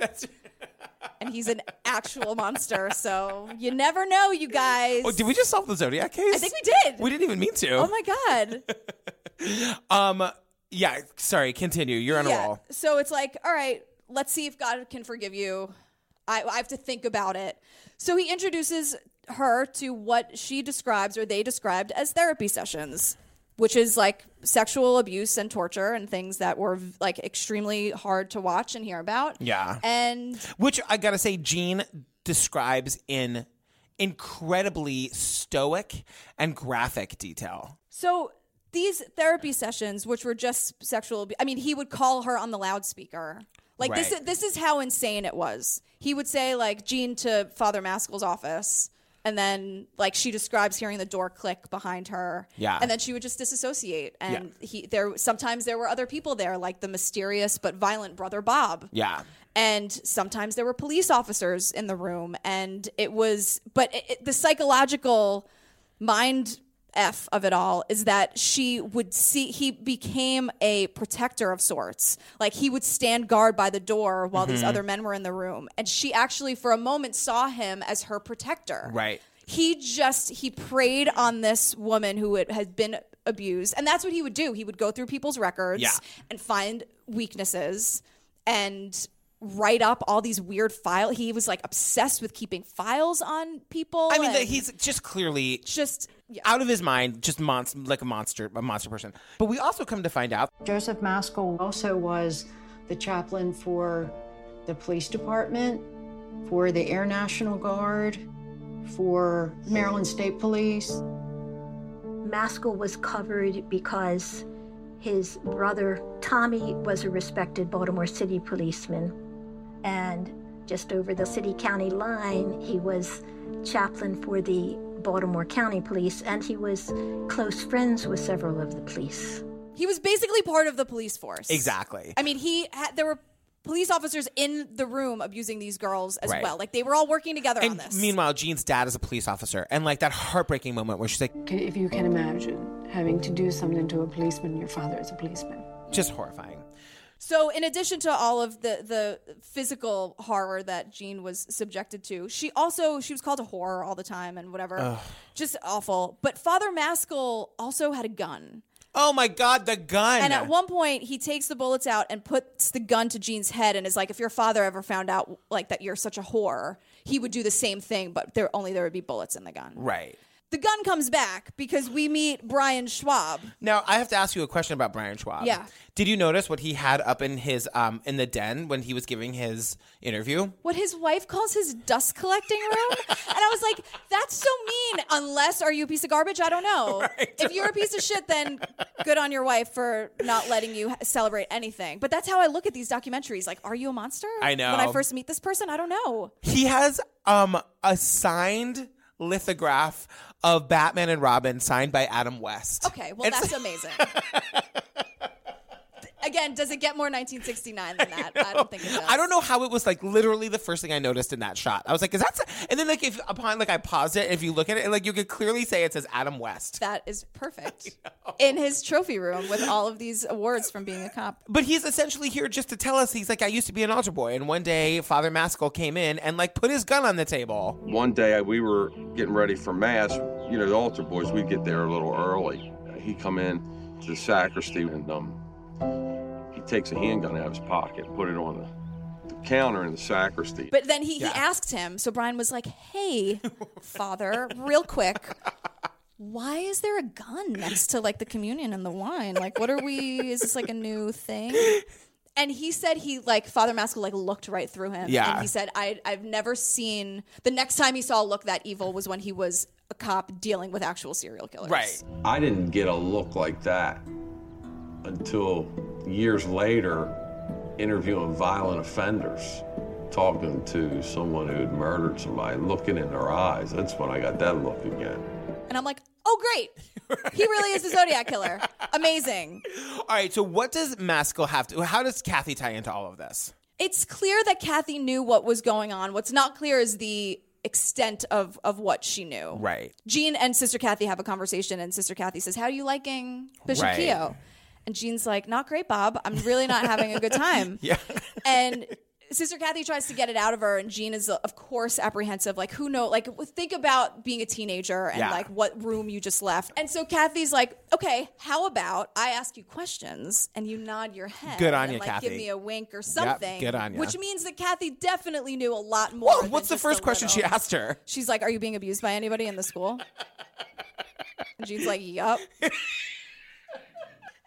[SPEAKER 1] and he's an actual monster, so you never know, you guys.
[SPEAKER 2] Oh, did we just solve the Zodiac case?
[SPEAKER 1] I think we did.
[SPEAKER 2] We didn't even mean to.
[SPEAKER 1] Oh my god.
[SPEAKER 2] Um. Yeah. Sorry. Continue. You're on a roll.
[SPEAKER 1] So it's like, all right, let's see if God can forgive you. I, I have to think about it. So he introduces her to what she describes or they described as therapy sessions, which is like sexual abuse and torture and things that were like extremely hard to watch and hear about.
[SPEAKER 2] Yeah.
[SPEAKER 1] And
[SPEAKER 2] Which I gotta say, Gene describes in incredibly stoic and graphic detail.
[SPEAKER 1] So these therapy sessions, which were just sexual, abu- I mean, he would call her on the loudspeaker. Like this,
[SPEAKER 2] Right.
[SPEAKER 1] this is how insane it was. He would say like Jean to Father Maskell's office, and then like she describes hearing the door click behind her.
[SPEAKER 2] Yeah.
[SPEAKER 1] and then she would just disassociate. And he there sometimes there were other people there, like the mysterious but violent brother Bob.
[SPEAKER 2] Yeah.
[SPEAKER 1] And sometimes there were police officers in the room, and it was, but it, it- the psychological mind f of it all is that she would see he became a protector of sorts like he would stand guard by the door while these
[SPEAKER 2] Mhm.
[SPEAKER 1] other men were in the room and she actually for a moment saw him as her protector
[SPEAKER 2] Right.
[SPEAKER 1] he just he preyed on this woman who had, had been abused and that's what he would do he would go through people's records
[SPEAKER 2] Yeah.
[SPEAKER 1] and find weaknesses and write up all these weird file he was like obsessed with keeping files on people
[SPEAKER 2] I mean, that
[SPEAKER 1] and
[SPEAKER 2] he's just clearly
[SPEAKER 1] just
[SPEAKER 2] out of his mind, just monster, like a monster, a monster person. But we also come to find out
[SPEAKER 6] Joseph Maskell also was the chaplain for the police department, for the Air National Guard, for Maryland State Police.
[SPEAKER 7] Maskell was covered because his brother Tommy was a respected Baltimore City policeman. And just over the city county line, he was chaplain for the Baltimore County Police, and he was close friends with several of the police.
[SPEAKER 1] he was basically part of the police force
[SPEAKER 2] exactly.
[SPEAKER 1] I mean, he had, there were police officers in the room abusing these girls as
[SPEAKER 2] Right.
[SPEAKER 1] well. Like they were all working together on
[SPEAKER 2] And
[SPEAKER 1] this.
[SPEAKER 2] meanwhile, Jean's dad is a police officer, and like that heartbreaking moment where she's like,
[SPEAKER 14] Can- If you can imagine having to do something to a policeman, your father is a policeman.
[SPEAKER 2] just horrifying.
[SPEAKER 1] So, in addition to all of the the physical horror that Jean was subjected to, she also she was called a horror all the time and whatever,
[SPEAKER 2] Ugh.
[SPEAKER 1] just awful. But Father Maskell also had a gun.
[SPEAKER 2] Oh my God, the gun!
[SPEAKER 1] And at one point, he takes the bullets out and puts the gun to Jean's head, and is like, "If your father ever found out like that, you're such a whore, he would do the same thing, but there only there would be bullets in the gun."
[SPEAKER 2] right.
[SPEAKER 1] The gun comes back because we meet Brian Schwab.
[SPEAKER 2] Now I have to ask you a question about Brian Schwab.
[SPEAKER 1] Yeah.
[SPEAKER 2] Did you notice what he had up in his um in the den when he was giving his interview?
[SPEAKER 1] What his wife calls his dust collecting room. and I was like, that's so mean. Unless are you a piece of garbage? I don't know. if you're a piece of shit, then good on your wife for not letting you ha- celebrate anything. But that's how I look at these documentaries. Like, are you a monster?
[SPEAKER 2] I know.
[SPEAKER 1] When I first meet this person, I don't know.
[SPEAKER 2] He has um a signed lithograph of Batman and Robin signed by Adam West.
[SPEAKER 1] Okay, well, that's amazing. Again, does it get more 1969 than that? I don't think it does.
[SPEAKER 2] I don't know how it was like literally the first thing I noticed in that shot. I was like, is that? s-" And then like if upon like I paused it, if you look at it, like you could clearly say it says Adam West.
[SPEAKER 1] That is perfect. In his trophy room with all of these awards from being a cop.
[SPEAKER 2] But he's essentially here just to tell us he's like, I used to be an altar boy, and one day Father Maskell came in and like put his gun on the table.
[SPEAKER 15] One day we were getting ready for mass. You know, the altar boys, we'd get there a little early. He come in to the sacristy and um, he takes a handgun out of his pocket, put it on the counter in the sacristy.
[SPEAKER 1] But then he, he
[SPEAKER 15] Yeah.
[SPEAKER 1] asked him. So Brian was like, "Hey, father, real quick, why is there a gun next to like the communion and the wine? Like, what are we? Is this like a new thing?" And he said he like Father Maskell like looked right through him.
[SPEAKER 16] Yeah.
[SPEAKER 1] And he said, "I I've never seen the next time he saw a look that evil was when he was a cop dealing with actual serial killers." Right.
[SPEAKER 15] I didn't get a look like that until years later, interviewing violent offenders, talking to someone who had murdered somebody, looking in their eyes. That's when I got that look again.
[SPEAKER 1] And I'm like, "Oh great, he really is the Zodiac killer. Amazing."
[SPEAKER 2] All right, so what does Maskell have to? How does Kathy tie into all of this?
[SPEAKER 1] it's clear that Kathy knew what was going on. What's not clear is the extent of of what she knew.
[SPEAKER 2] Right.
[SPEAKER 1] Jean and Sister Kathy have a conversation, and Sister Kathy says, "How are you liking Bishop
[SPEAKER 2] Right.
[SPEAKER 1] Keogh?" And Jean's like, "Not great, Bob. I'm really not having a good time."
[SPEAKER 2] Yeah.
[SPEAKER 1] and Sister Kathy tries to get it out of her, and Jean is, of course, apprehensive. Like, who know? Like, think about being a teenager and
[SPEAKER 16] Yeah.
[SPEAKER 1] like what room you just left. And so Kathy's like, "Okay, how about I ask you questions and you nod your head?
[SPEAKER 2] Good on
[SPEAKER 1] and,
[SPEAKER 2] ya,
[SPEAKER 1] like,
[SPEAKER 2] Kathy.
[SPEAKER 1] Give me a wink or
[SPEAKER 2] Yep,
[SPEAKER 1] something.
[SPEAKER 2] good on ya.
[SPEAKER 1] Which means that Kathy definitely knew a lot more.
[SPEAKER 2] Whoa,
[SPEAKER 1] than
[SPEAKER 2] what's the
[SPEAKER 1] just
[SPEAKER 2] first
[SPEAKER 1] a
[SPEAKER 2] question she
[SPEAKER 1] little.
[SPEAKER 2] asked her?
[SPEAKER 1] She's like, "Are you being abused by anybody in the school?" and Jean's like, "Yup."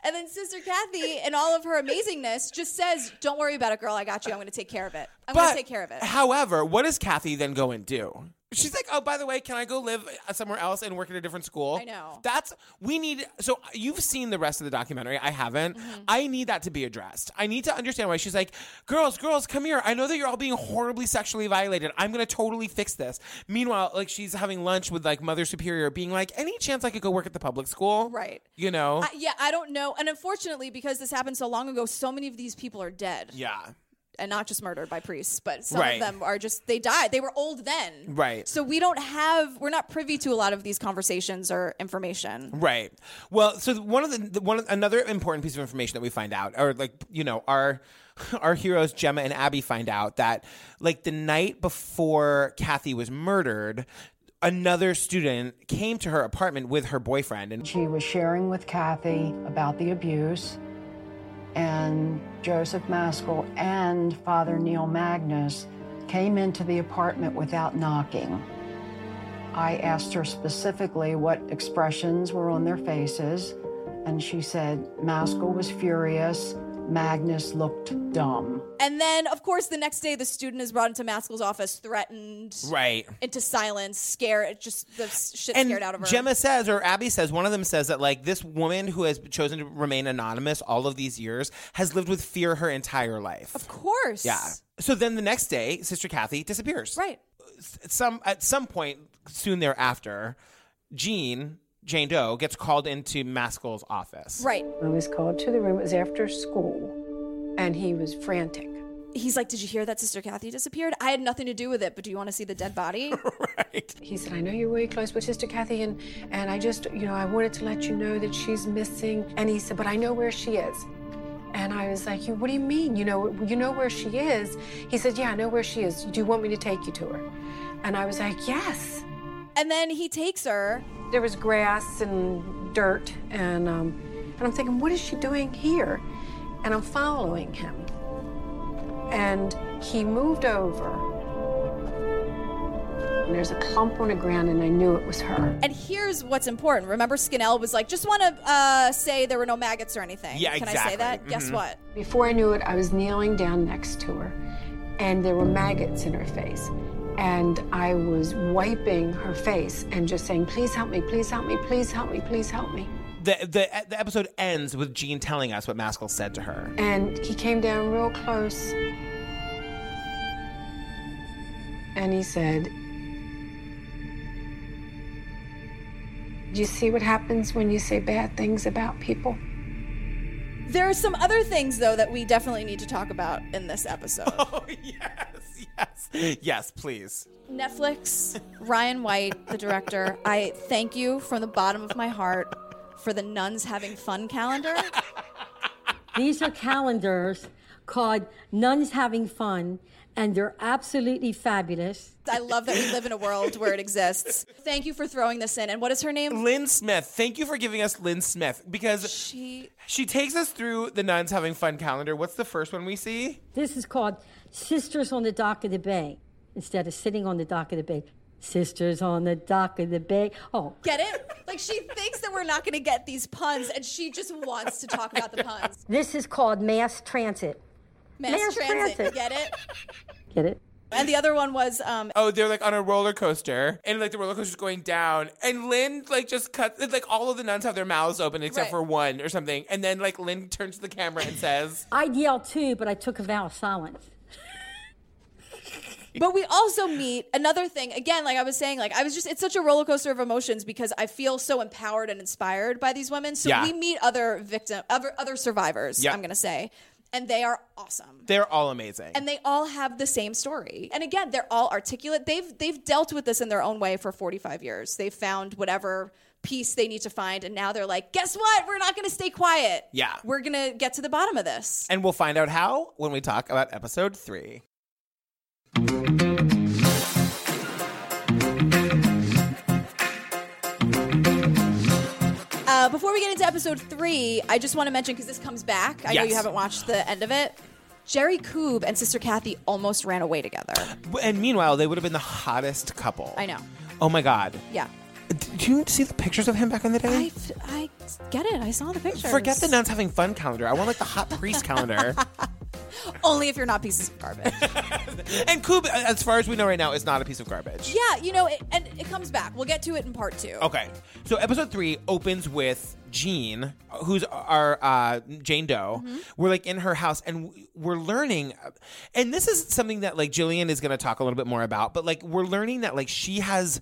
[SPEAKER 1] And then Sister Kathy, in all of her amazingness, just says, "Don't worry about it, girl. I got you. I'm going to take care of it. I'm going
[SPEAKER 2] But-
[SPEAKER 1] to take care of it."
[SPEAKER 2] However, what does Kathy then go and do? She's like, oh, by the way, can I go live uh, somewhere else and work at a different school?
[SPEAKER 1] I know.
[SPEAKER 2] That's we need. So uh, you've seen the rest of the documentary. I haven't.
[SPEAKER 1] Mm-hmm.
[SPEAKER 2] I need that to be addressed. I need to understand why she's like, girls, girls, come here. I know that you're all being horribly sexually violated. I'm gonna totally fix this. Meanwhile, like she's having lunch with like Mother Superior, being like, any chance I could go work at the public school?
[SPEAKER 1] Right.
[SPEAKER 2] You know.
[SPEAKER 1] I, yeah, I don't know. And unfortunately, because this happened so long ago, so many of these people are dead.
[SPEAKER 2] yeah.
[SPEAKER 1] And not just murdered by priests, but some
[SPEAKER 2] Right.
[SPEAKER 1] of them are just, they died. They were old then.
[SPEAKER 2] Right.
[SPEAKER 1] So we don't have, we're not privy to a lot of these conversations or information.
[SPEAKER 2] Right. Well, so one of the, the one of- another important piece of information that we find out, or like you know, our our heroes Gemma and Abby find out that like the night before Kathy was murdered, another student came to her apartment with her boyfriend, and
[SPEAKER 6] She was sharing with Kathy about the abuse, and Joseph Maskell and Father Neil Magnus came into the apartment without knocking. I asked her specifically what expressions were on their faces, and she said Maskell was furious, Magnus looked dumb.
[SPEAKER 1] And then, of course, the next day, the student is brought into Maskell's office, threatened,
[SPEAKER 2] right.
[SPEAKER 1] into silence, scared, just the s- shit
[SPEAKER 2] And
[SPEAKER 1] scared out of her.
[SPEAKER 2] Gemma says, or Abby says, one of them says that like this woman who has chosen to remain anonymous all of these years has lived with fear her entire life.
[SPEAKER 1] of course.
[SPEAKER 2] Yeah. So then the next day, Sister Kathy disappears.
[SPEAKER 1] Right.
[SPEAKER 2] At some at some point soon thereafter, Jean Jane Doe gets called into Maskell's office.
[SPEAKER 1] Right.
[SPEAKER 16] I was called to the room. It was after school, and he was frantic.
[SPEAKER 1] He's like, Did you hear that Sister Kathy disappeared? I had nothing to do with it, but do you want to see the dead body?
[SPEAKER 14] He said, I know you're really close with Sister Kathy, and, and I just, you know, I wanted to let you know that she's missing. And he said, But I know where she is. And I was like, "You- What do you mean? You know, you know where she is? He said, Yeah, I know where she is. Do you want me to take you to her? And I was like, Yes.
[SPEAKER 1] And then he takes her.
[SPEAKER 14] There was grass and dirt, and um, and I'm thinking, What is she doing here? And I'm following him. And he moved over. And there's a clump on the ground, and I knew it was her.
[SPEAKER 1] And here's what's important. Remember, Skinnell was like, just want to uh, say there were no maggots or anything.
[SPEAKER 14] Yeah,
[SPEAKER 1] Can I say
[SPEAKER 14] exactly.
[SPEAKER 1] that? Guess
[SPEAKER 14] Mhm.
[SPEAKER 1] what?
[SPEAKER 14] Before I knew it, I was kneeling down next to her, and there were maggots in her face. And I was wiping her face and just saying, Please help me, please help me, please help me, please help me.
[SPEAKER 2] The, the the episode ends with Jean telling us what Maskell said to her.
[SPEAKER 14] And he came down real close. And he said, Do you see what happens when you say bad things about people?
[SPEAKER 1] There are some other things, though, that we definitely need to talk about in this episode.
[SPEAKER 2] yes, please.
[SPEAKER 1] Netflix, Ryan White, the director, I thank you from the bottom of my heart for the Nuns Having Fun calendar.
[SPEAKER 17] These are calendars called Nuns Having Fun, and they're absolutely fabulous.
[SPEAKER 1] I love that we live in a world where it exists. Thank you for throwing this in. And what is her name?
[SPEAKER 2] Lynn Smith. Thank you for giving us Lynn Smith because
[SPEAKER 1] she
[SPEAKER 2] she takes us through the nuns having fun calendar. What's the first one we see?
[SPEAKER 17] This is called Sisters on the Dock of the Bay instead of sitting on the dock of the bay. Sisters on the dock of the bay. Oh,
[SPEAKER 1] Get it? Like she thinks that we're not going to get these puns, and she just wants to talk about the puns.
[SPEAKER 17] this is called mass transit.
[SPEAKER 1] Mass, transit. Get it?
[SPEAKER 17] Get it?
[SPEAKER 1] And the other one was um,
[SPEAKER 2] Oh, they're like on a roller coaster, and like the roller coaster's going down, and Lynn like just cuts. It's like all of the nuns have their mouths open except
[SPEAKER 17] Right.
[SPEAKER 2] for one or something, and then like Lynn turns to the camera and says,
[SPEAKER 17] I'd yell too, but I took a vow of silence.
[SPEAKER 1] But we also meet another thing. Again, like I was saying, like I was just it's such a roller coaster of emotions because I feel so empowered and inspired by these women. So
[SPEAKER 2] Yeah.
[SPEAKER 1] we meet other victim other other survivors,
[SPEAKER 2] Yeah.
[SPEAKER 1] I'm gonna say. And they are awesome.
[SPEAKER 2] "They're all amazing."
[SPEAKER 1] And they all have the same story. And again, they're all articulate. They've they've dealt with this in their own way for 45 years. They've found whatever piece they need to find and now they're like, "Guess what? We're not going to stay quiet.
[SPEAKER 2] yeah,
[SPEAKER 1] We're going to get to the bottom of this."
[SPEAKER 2] and we'll find out how when we talk about episode three.
[SPEAKER 1] Uh, before we get into episode three, I just want to mention because this comes back. I know
[SPEAKER 2] Yes.
[SPEAKER 1] you haven't watched the end of it. Jerry Coob and Sister Kathy almost ran away together.
[SPEAKER 2] And meanwhile, they would have been the hottest couple.
[SPEAKER 1] I know.
[SPEAKER 2] Oh my god.
[SPEAKER 1] Yeah.
[SPEAKER 2] Did you see the pictures of him back in the day?
[SPEAKER 1] I get it. I saw the pictures.
[SPEAKER 2] Forget the nuns having fun calendar. I want like the hot priest calendar.
[SPEAKER 1] Only if you're not pieces of garbage.
[SPEAKER 2] and Koob, as far as we know right now, is not a piece of garbage.
[SPEAKER 1] yeah, you know, it, and it comes back. We'll get to it in part two.
[SPEAKER 2] Okay. So episode three opens with Jean, who's our uh, Jane Doe.
[SPEAKER 14] Mm-hmm.
[SPEAKER 2] We're like in her house and w- we're learning. uh, And this is something that like Jillian is going to talk a little bit more about, but like we're learning that like she has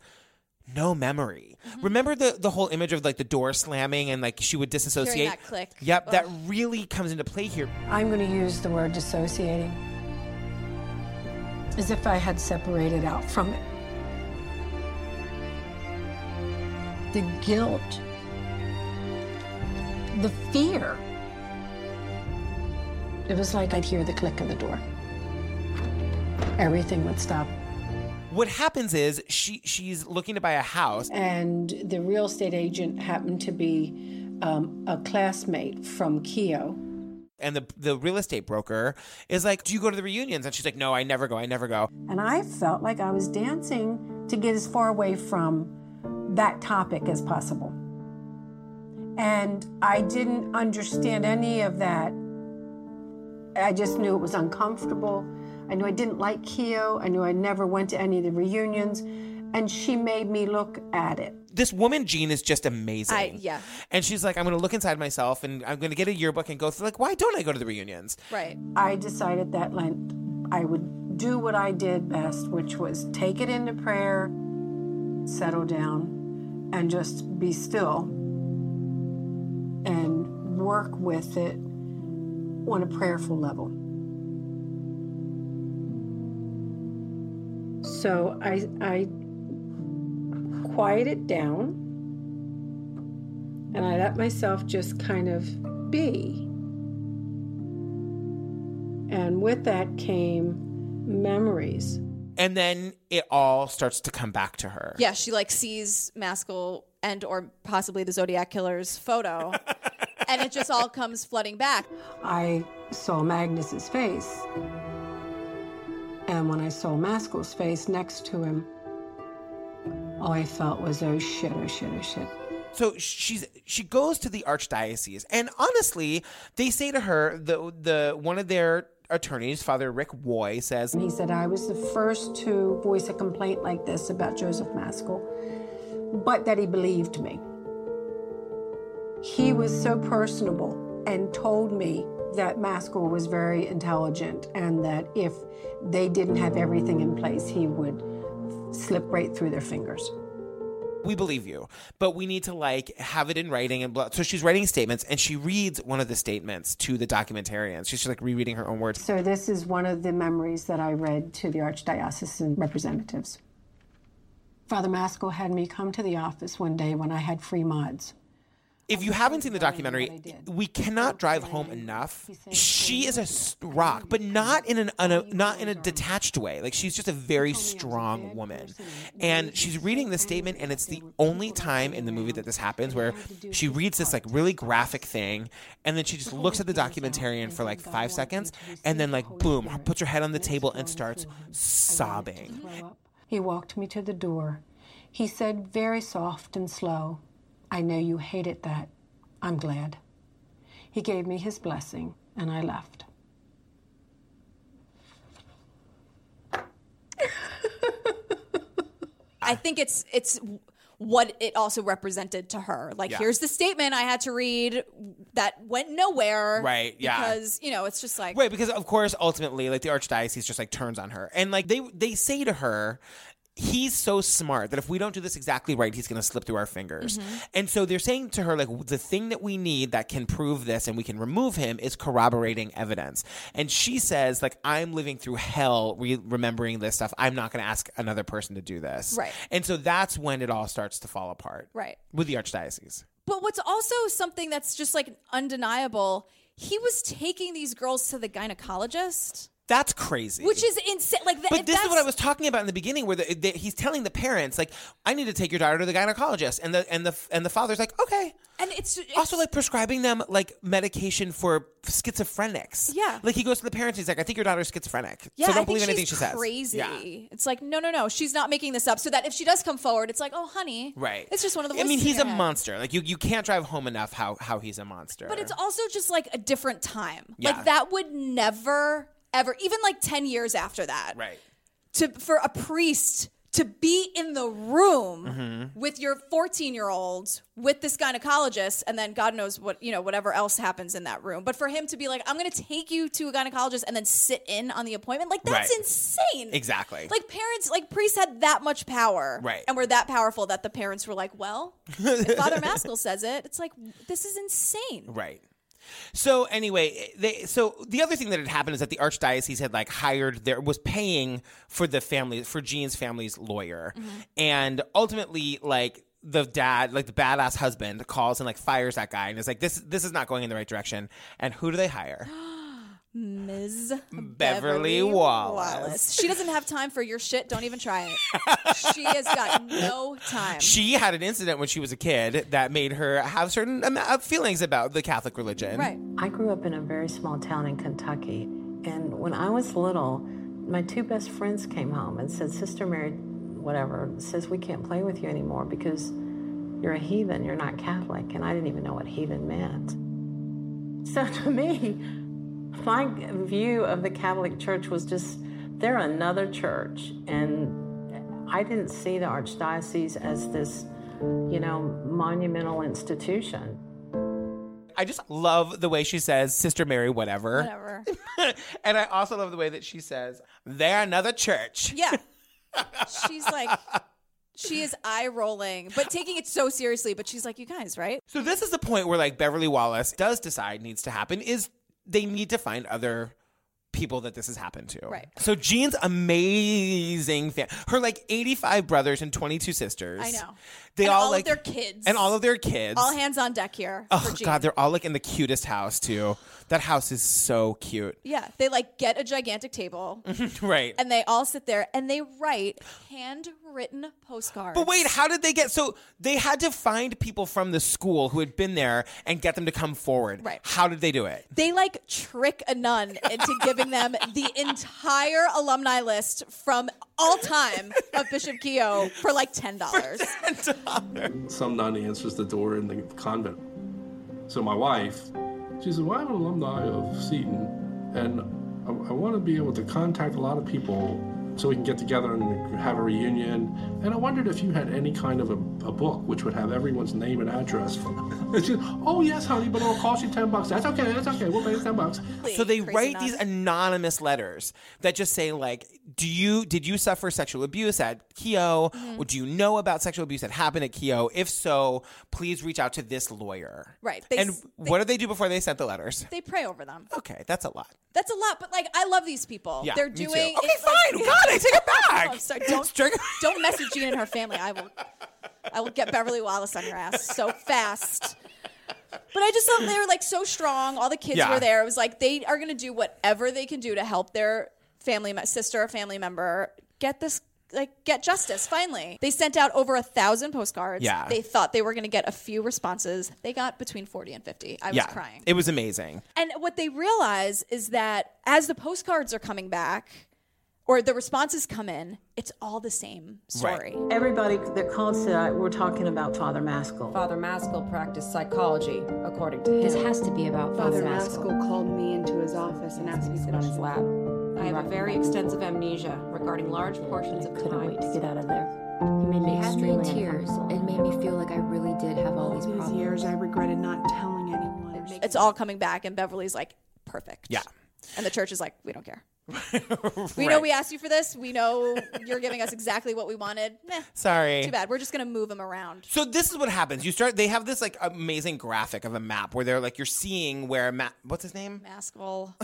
[SPEAKER 2] no memory.
[SPEAKER 14] Mm-hmm.
[SPEAKER 2] Remember the, the whole image of like the door slamming and like she would disassociate?
[SPEAKER 14] that click.
[SPEAKER 2] Yep. That
[SPEAKER 14] Ugh.
[SPEAKER 2] really comes into play here.
[SPEAKER 16] I'm going to use the word dissociating as if I had separated out from it. The guilt, the fear. It was like I'd hear the click of the door. Everything would stop.
[SPEAKER 2] What happens is she she's looking to buy a house.
[SPEAKER 16] And the real estate agent happened to be um, a classmate from Keogh.
[SPEAKER 2] And the the real estate broker is like, "Do you go to the reunions?" And she's like, "No, I never go. I never go."
[SPEAKER 16] And I felt like I was dancing to get as far away from that topic as possible. And I didn't understand any of that. I just knew it was uncomfortable. I knew I didn't like Keo. I knew I never went to any of the reunions. And she made me look at it.
[SPEAKER 2] This woman Jean is just amazing.
[SPEAKER 16] I, yeah.
[SPEAKER 2] And she's like, "I'm going to look inside myself, and I'm going to get a yearbook and go through. Like, why don't I go to the reunions?"
[SPEAKER 1] Right.
[SPEAKER 16] I decided that like, I would do what I did best, which was take it into prayer, settle down, and just be still and work with it on a prayerful level. So I, I quiet it down and I let myself just kind of be. And with that came memories.
[SPEAKER 2] And then it all starts to come back to her.
[SPEAKER 1] Yeah, she like sees Maskell and or possibly the Zodiac killer's photo, and it just all comes flooding back.
[SPEAKER 16] I saw Magnus's face. And when I saw Maskell's face next to him, all I felt was, oh shit, oh shit, oh shit.
[SPEAKER 2] So she's she goes to the archdiocese, and honestly, they say to her the the one of their attorneys, Father Rick Woy, says
[SPEAKER 16] He said, I was the first to voice a complaint like this about Joseph Maskell, but that he believed me. He was so personable and told me that Maskell was very intelligent and that if they didn't have everything in place, he would slip right through their fingers.
[SPEAKER 2] we believe you, but we need to like have it in writing and blah. So she's writing statements and she reads one of the statements to the documentarians. She's just like rereading her own words.
[SPEAKER 16] So, this is one of the memories that I read to the Archdiocesan representatives. Father Maskell had me come to the office one day when I had free mods.
[SPEAKER 2] If you haven't seen the documentary, we cannot drive home enough. She is a s- rock, but not in an un, not in a detached way. Like she's just a very strong woman, and she's reading this statement, and it's the only time in the movie that this happens where she reads this like really graphic thing, and then she just looks at the documentarian for like five seconds, and then like boom, puts her head on the table and starts sobbing.
[SPEAKER 16] He walked me to the door. He said, very soft and slow, I know you hated that. I'm glad. He gave me his blessing, and I left.
[SPEAKER 2] Ah.
[SPEAKER 1] I think it's it's what it also represented to her. Like,
[SPEAKER 2] Yeah.
[SPEAKER 1] here's the statement I had to read that went nowhere.
[SPEAKER 2] Right, yeah.
[SPEAKER 1] Because you know, it's just like
[SPEAKER 2] Right, because of course, ultimately, like the archdiocese just like turns on her, and like they they say to her, "He's so smart that if we don't do this exactly right, he's going to slip through our fingers."
[SPEAKER 1] Mm-hmm.
[SPEAKER 18] Mhm.
[SPEAKER 2] And so they're saying to her, like, the thing that we need that can prove this and we can remove him is corroborating evidence. And she says, like, I'm living through hell re- remembering this stuff. I'm not going to ask another person to do this.
[SPEAKER 1] Right.
[SPEAKER 2] And so that's when it all starts to fall apart.
[SPEAKER 1] Right.
[SPEAKER 2] With the archdiocese.
[SPEAKER 1] But what's also something that's just like undeniable, he was taking these girls to the gynecologist,
[SPEAKER 2] That's crazy.
[SPEAKER 1] which is insane. Like, that,
[SPEAKER 2] But
[SPEAKER 1] if
[SPEAKER 2] this is
[SPEAKER 1] that's-
[SPEAKER 2] what I was talking about in the beginning, where the, the, he's telling the parents, like, "I need to take your daughter to the gynecologist," and the and the and the father's like, "Okay."
[SPEAKER 1] And it's,
[SPEAKER 2] also like prescribing them like medication for schizophrenics.
[SPEAKER 1] Yeah.
[SPEAKER 2] like he goes to the parents, he's like, "I think your daughter's schizophrenic."
[SPEAKER 1] Yeah,
[SPEAKER 2] so
[SPEAKER 1] I
[SPEAKER 2] don't
[SPEAKER 1] think
[SPEAKER 2] believe anything
[SPEAKER 1] she's
[SPEAKER 2] she says.
[SPEAKER 1] Crazy.
[SPEAKER 2] Yeah.
[SPEAKER 1] It's like no, no, no. She's not making this up. So that if she does come forward, it's like, oh, honey,
[SPEAKER 2] Right.
[SPEAKER 1] It's just one of the.
[SPEAKER 2] I mean,
[SPEAKER 1] voices
[SPEAKER 2] he's
[SPEAKER 1] in
[SPEAKER 2] a
[SPEAKER 1] your head.
[SPEAKER 2] monster. Like you, you can't drive home enough how how he's a monster.
[SPEAKER 1] But it's also just like a different time.
[SPEAKER 2] Yeah.
[SPEAKER 1] Like that would never ever even like 10 years after that.
[SPEAKER 2] Right.
[SPEAKER 1] To for a priest to be in the room
[SPEAKER 2] Mhm.
[SPEAKER 1] with your 14-year-old with this gynecologist and then God knows what, you know, whatever else happens in that room. But for him to be like, "I'm going to take you to a gynecologist and then sit in on the appointment." Like that's
[SPEAKER 2] Right.
[SPEAKER 1] insane.
[SPEAKER 2] exactly
[SPEAKER 1] Like parents, like priests had that much power,
[SPEAKER 2] Right.
[SPEAKER 1] And were that powerful that the parents were like, "Well, if Father Maskell says it, it's like this is insane."
[SPEAKER 2] Right. So anyway, they so the other thing that had happened is that the archdiocese had like hired there was paying for the family for Jean's family's lawyer, and ultimately like the dad like the badass husband calls and like fires that guy and is like this this is not going in the right direction and who do they hire
[SPEAKER 1] Ms.
[SPEAKER 2] Beverly Wallace.
[SPEAKER 1] She doesn't have time for your shit. Don't even try it. she has got no time.
[SPEAKER 2] she had an incident when she was a kid that made her have certain ama- uh, feelings about the catholic religion
[SPEAKER 19] I grew up in a very small town in Kentucky. And when I was little, my two best friends came home and said, Sister Mary, whatever, says we can't play with you anymore because you're a heathen, you're not Catholic. And I didn't even know what heathen meant. So to me, my view of the Catholic Church was just they're another church. And I didn't see the Archdiocese as this, you know, monumental institution.
[SPEAKER 2] i just love the way she says sister mary whatever
[SPEAKER 1] Whatever.
[SPEAKER 2] and i also love the way that she says they're another church
[SPEAKER 1] Yeah. She's like she is eye rolling, but taking it so seriously, but she's like, "You guys, right?"
[SPEAKER 2] So this is the point where like Beverly Wallace does decide needs to happen is they need to find other people that this has happened to.
[SPEAKER 1] Right.
[SPEAKER 2] So Jean's amazing fan, her like 85 brothers and 22 sisters.
[SPEAKER 1] I know.
[SPEAKER 2] They
[SPEAKER 1] And
[SPEAKER 2] all,
[SPEAKER 1] all of
[SPEAKER 2] like
[SPEAKER 1] their kids.
[SPEAKER 2] And all of their kids.
[SPEAKER 1] All hands on deck here.
[SPEAKER 2] oh
[SPEAKER 1] for Jean.
[SPEAKER 2] god, they're all like in the cutest house too. That house is so cute.
[SPEAKER 1] Yeah, they like get a gigantic table.
[SPEAKER 2] right.
[SPEAKER 1] And they all sit there and they write handwritten postcards.
[SPEAKER 2] But wait, how did they get? So they had to find people from the school who had been there and get them to come forward.
[SPEAKER 1] Right.
[SPEAKER 2] How did they do it?
[SPEAKER 1] they like trick a nun into giving them the entire alumni list from all time of Bishop Keogh for like ten dollars.
[SPEAKER 20] Some nun answers the door in the convent. So my wife, she says, "Well, I'm an alumni of Seton, and I, I want to be able to contact a lot of people so we can get together and have a reunion. And I wondered if you had any kind of a, a book which would have everyone's name and address." And she, "Oh yes, honey, but it'll cost you ten bucks. That's okay. That's okay. We'll pay you ten bucks."
[SPEAKER 2] So they write these anonymous letters that just say like, "Do you did you suffer sexual abuse at Keo?
[SPEAKER 1] Mm-hmm.
[SPEAKER 2] Or do you know about sexual abuse that happened at Keo? If so, please reach out to this lawyer."
[SPEAKER 1] Right. They,
[SPEAKER 2] and
[SPEAKER 1] s-
[SPEAKER 2] what did they do before they sent the letters?
[SPEAKER 1] they pray over them.
[SPEAKER 2] okay, that's a lot.
[SPEAKER 1] That's a lot, but like I love these people.
[SPEAKER 2] Yeah,
[SPEAKER 1] They're
[SPEAKER 2] me too. Okay,
[SPEAKER 1] doing it's like-
[SPEAKER 2] fine. God, I take it back.
[SPEAKER 1] No, I'm Oh, sorry. Don't don't message Jean and her family. I will I will get Beverly Wallace on your ass so fast. But I just thought they were like so strong. All the kids
[SPEAKER 2] Yeah.
[SPEAKER 1] were there. It was like they are going to do whatever they can do to help their family me- sister, or family member get this like get justice. Finally, they sent out over a thousand postcards.
[SPEAKER 2] Yeah.
[SPEAKER 1] they thought they were going to get a few responses. They got between forty and fifty. I
[SPEAKER 2] yeah,
[SPEAKER 1] was crying.
[SPEAKER 2] It was amazing.
[SPEAKER 1] And what they realize is that as the postcards are coming back or the responses come in, it's all the same story.
[SPEAKER 19] Everybody that calls tonight, we're talking about Father Maskell. Father Maskell practiced psychology, according to him.
[SPEAKER 18] This has to be about
[SPEAKER 19] Father
[SPEAKER 18] Father Maskell called me into his office and asked me to sit on his lap. I have a very extensive amnesia regarding large portions of time. Couldn't wait to get out of there.
[SPEAKER 21] He made me
[SPEAKER 18] It had me in
[SPEAKER 21] extremely
[SPEAKER 18] tears.
[SPEAKER 21] uncomfortable.
[SPEAKER 18] It made me feel like I really did have all these
[SPEAKER 1] these
[SPEAKER 18] problems.
[SPEAKER 1] years, I
[SPEAKER 18] regretted not telling anyone.
[SPEAKER 1] It's all coming back, and Beverly's like, perfect.
[SPEAKER 2] Yeah.
[SPEAKER 1] And the church is like, we don't care. We know we asked you for this. We know you're giving us exactly what we wanted. Meh,
[SPEAKER 2] Sorry.
[SPEAKER 1] Too bad. We're just going to move him around.
[SPEAKER 2] So this is what happens. You start. They have this like amazing graphic of a map where they're like you're seeing where a map. What's his name?
[SPEAKER 1] Maskell.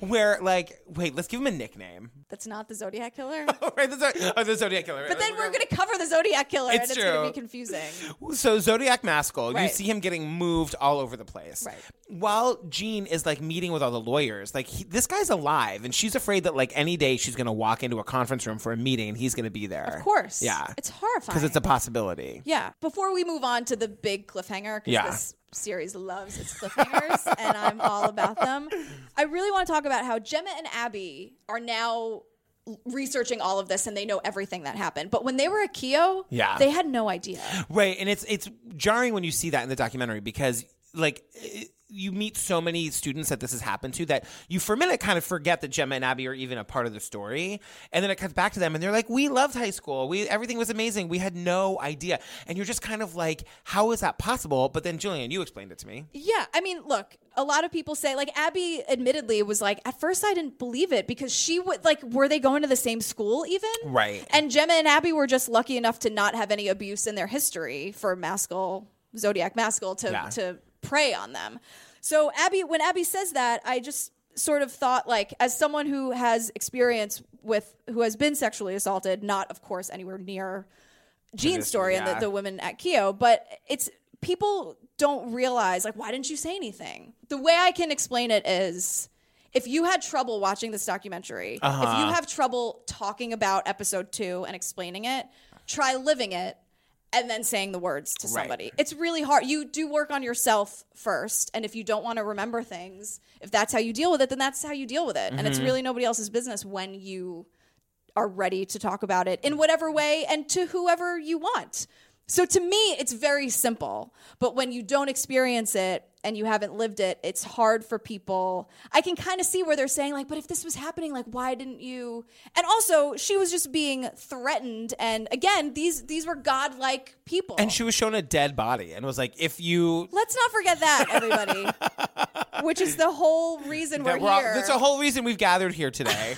[SPEAKER 2] Where like wait, let's give him a nickname.
[SPEAKER 1] That's not the Zodiac Killer.
[SPEAKER 2] right, the Zodiac, oh, the Zodiac killer.
[SPEAKER 1] But then we're going to cover the Zodiac Killer,
[SPEAKER 2] It's
[SPEAKER 1] and it's going to
[SPEAKER 2] true.
[SPEAKER 1] be confusing.
[SPEAKER 2] so Zodiac Maskell, you
[SPEAKER 1] Right.
[SPEAKER 2] see him getting moved all over the place.
[SPEAKER 1] Right.
[SPEAKER 2] While Jean is like meeting with all the lawyers, like he, this guy's alive, and she's afraid that like any day she's gonna walk into a conference room for a meeting and he's gonna be there.
[SPEAKER 1] Of course.
[SPEAKER 2] Yeah.
[SPEAKER 1] It's horrifying.
[SPEAKER 2] Because it's a possibility.
[SPEAKER 1] Yeah. Before we move on to the big cliffhanger, because
[SPEAKER 2] Yeah.
[SPEAKER 1] this series loves its cliffhangers, and I'm all about them. I really want to talk about how Gemma and Abby are now l- researching all of this, and they know everything that happened. But when they were at Keo,
[SPEAKER 2] Yeah.
[SPEAKER 1] they had no idea.
[SPEAKER 2] Right, and it's it's jarring when you see that in the documentary because like it- you meet so many students that this has happened to that you for a minute kind of forget that Gemma and Abby are even a part of the story, and then it comes back to them and they're like, "We loved high school. We everything was amazing. We had no idea." And you're just kind of like, "How is that possible?" But then Julian, you explained it to me.
[SPEAKER 1] Yeah, I mean, look, a lot of people say like Abby admittedly was like at first I didn't believe it because she would like were they going to the same school even?
[SPEAKER 2] Right.
[SPEAKER 1] And Gemma and Abby were just lucky enough to not have any abuse in their history for Maskell, Zodiac Maskell to
[SPEAKER 22] Yeah.
[SPEAKER 1] to prey on them. So Abby, when Abby says that, I just sort of thought like as someone who has experience with who has been sexually assaulted, not of course anywhere near Jean's
[SPEAKER 22] this-
[SPEAKER 1] story and
[SPEAKER 22] yeah.
[SPEAKER 1] the, the women at Keo, but it's people don't realize like why didn't you say anything? The way I can explain it is if you had trouble watching this documentary, if
[SPEAKER 22] Uh-huh.
[SPEAKER 1] you have trouble talking about episode 2 and explaining it, try living it and then saying the words to
[SPEAKER 22] Right.
[SPEAKER 1] somebody. It's really hard. You do work on yourself first, and if you don't want to remember things, if that's how you deal with it, then that's how you deal with it. And it's
[SPEAKER 22] Mhm.
[SPEAKER 1] really nobody else's business when you are ready to talk about it in whatever way and to whoever you want. So to me, it's very simple. But when you don't experience it and you haven't lived it, it's hard for people. I can kind of see where they're saying, like, but if this was happening, like, why didn't you? And also, she was just being threatened. And again, these these were godlike people.
[SPEAKER 2] And she was shown a dead body and was like, "If you
[SPEAKER 1] Let's not forget that, everybody. Which is the whole reason we're,
[SPEAKER 2] that all-
[SPEAKER 1] here.
[SPEAKER 2] that's the whole reason we've gathered here today."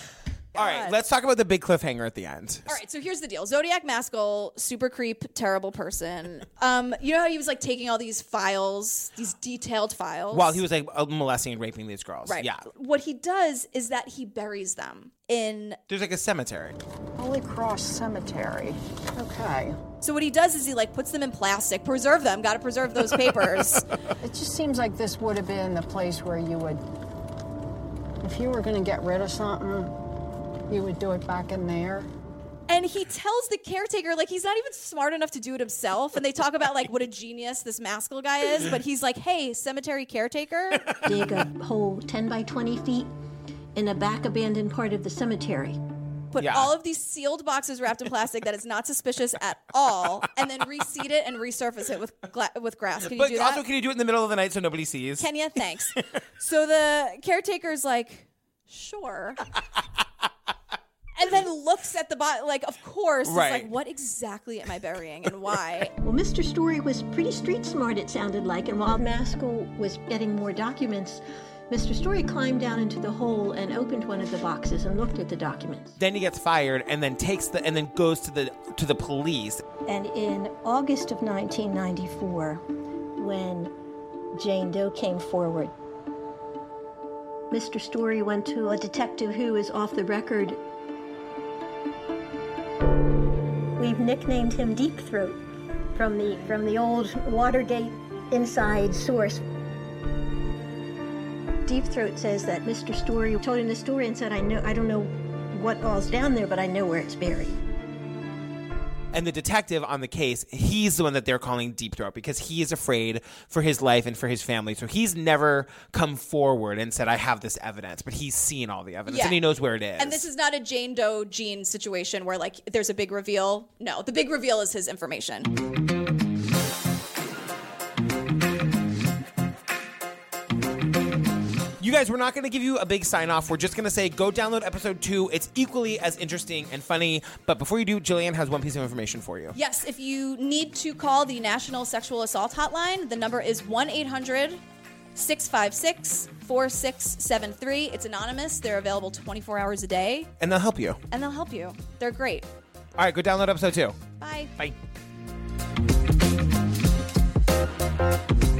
[SPEAKER 2] all right,
[SPEAKER 1] God.
[SPEAKER 2] let's talk about the big cliffhanger at the end.
[SPEAKER 1] All right, so here's the deal. Zodiac Maskell, super creep, terrible person. Um, you know how he was like taking all these files, these detailed files.
[SPEAKER 2] While he was like molesting and raping these girls,
[SPEAKER 1] right.
[SPEAKER 2] Yeah,
[SPEAKER 1] What he does is that he buries them in
[SPEAKER 2] There's like a cemetery.
[SPEAKER 9] Holy Cross Cemetery. Okay.
[SPEAKER 1] So what he does is he like puts them in plastic, preserve them, gotta preserve those papers.
[SPEAKER 9] It just seems like this would have been the place where you would, if you were going to get rid of something, you would do it back in there.
[SPEAKER 1] and he tells the caretaker, like he's not even smart enough to do it himself. And they talk about like what a genius this Maskell guy is, but he's like, hey, cemetery caretaker.
[SPEAKER 21] dig a hole 10 by 20 feet in a back abandoned part of the cemetery.
[SPEAKER 1] put all of these sealed boxes wrapped in plastic that is not suspicious at all, and then reseed it and resurface it with gla- with grass. Can you
[SPEAKER 2] but
[SPEAKER 1] do that?
[SPEAKER 2] also, can you do it in the middle of the night so nobody sees?
[SPEAKER 1] Kenya, thanks. so the caretaker's like, sure. And then looks at the bot like, of course, it's
[SPEAKER 21] Right.
[SPEAKER 1] like, what exactly am I burying and why?
[SPEAKER 21] Well, Mr. Story was pretty street smart, it sounded like, and while Maskell was getting more documents, Mr. Story climbed down into the hole and opened one of the boxes and looked at the documents.
[SPEAKER 2] Then he gets fired, and then takes the and then goes to the to the police.
[SPEAKER 21] And in August of 1994, when Jane Doe came forward, Mr. Story went to a detective who is off the record. We've nicknamed him Deep Throat from the from the old Watergate inside source. Deep Throat says that Mr. Story told him the story and said, "I know, I don't know what all's down there, but I know where it's buried."
[SPEAKER 2] And the detective on the case, he's the one that they're calling Deep Throat because he is afraid for his life and for his family. So he's never come forward and said, I have this evidence, but he's seen all the evidence
[SPEAKER 1] Yeah.
[SPEAKER 2] and he knows where it is.
[SPEAKER 1] And this is not a Jane Doe Jean situation where like there's a big reveal. No, the big reveal is his information.
[SPEAKER 2] You guys, we're not going to give you a big sign off. We're just going to say go download episode two. It's equally as interesting and funny. But before you do, Jillian has one piece of information for you.
[SPEAKER 1] Yes, if you need to call the National Sexual Assault Hotline, the number is 1 800 656 4673. It's anonymous, they're available 24 hours a day,
[SPEAKER 2] And they'll help you. All
[SPEAKER 1] and they'll help you. They're great.
[SPEAKER 2] right, go download episode two.
[SPEAKER 1] Bye.
[SPEAKER 2] Bye.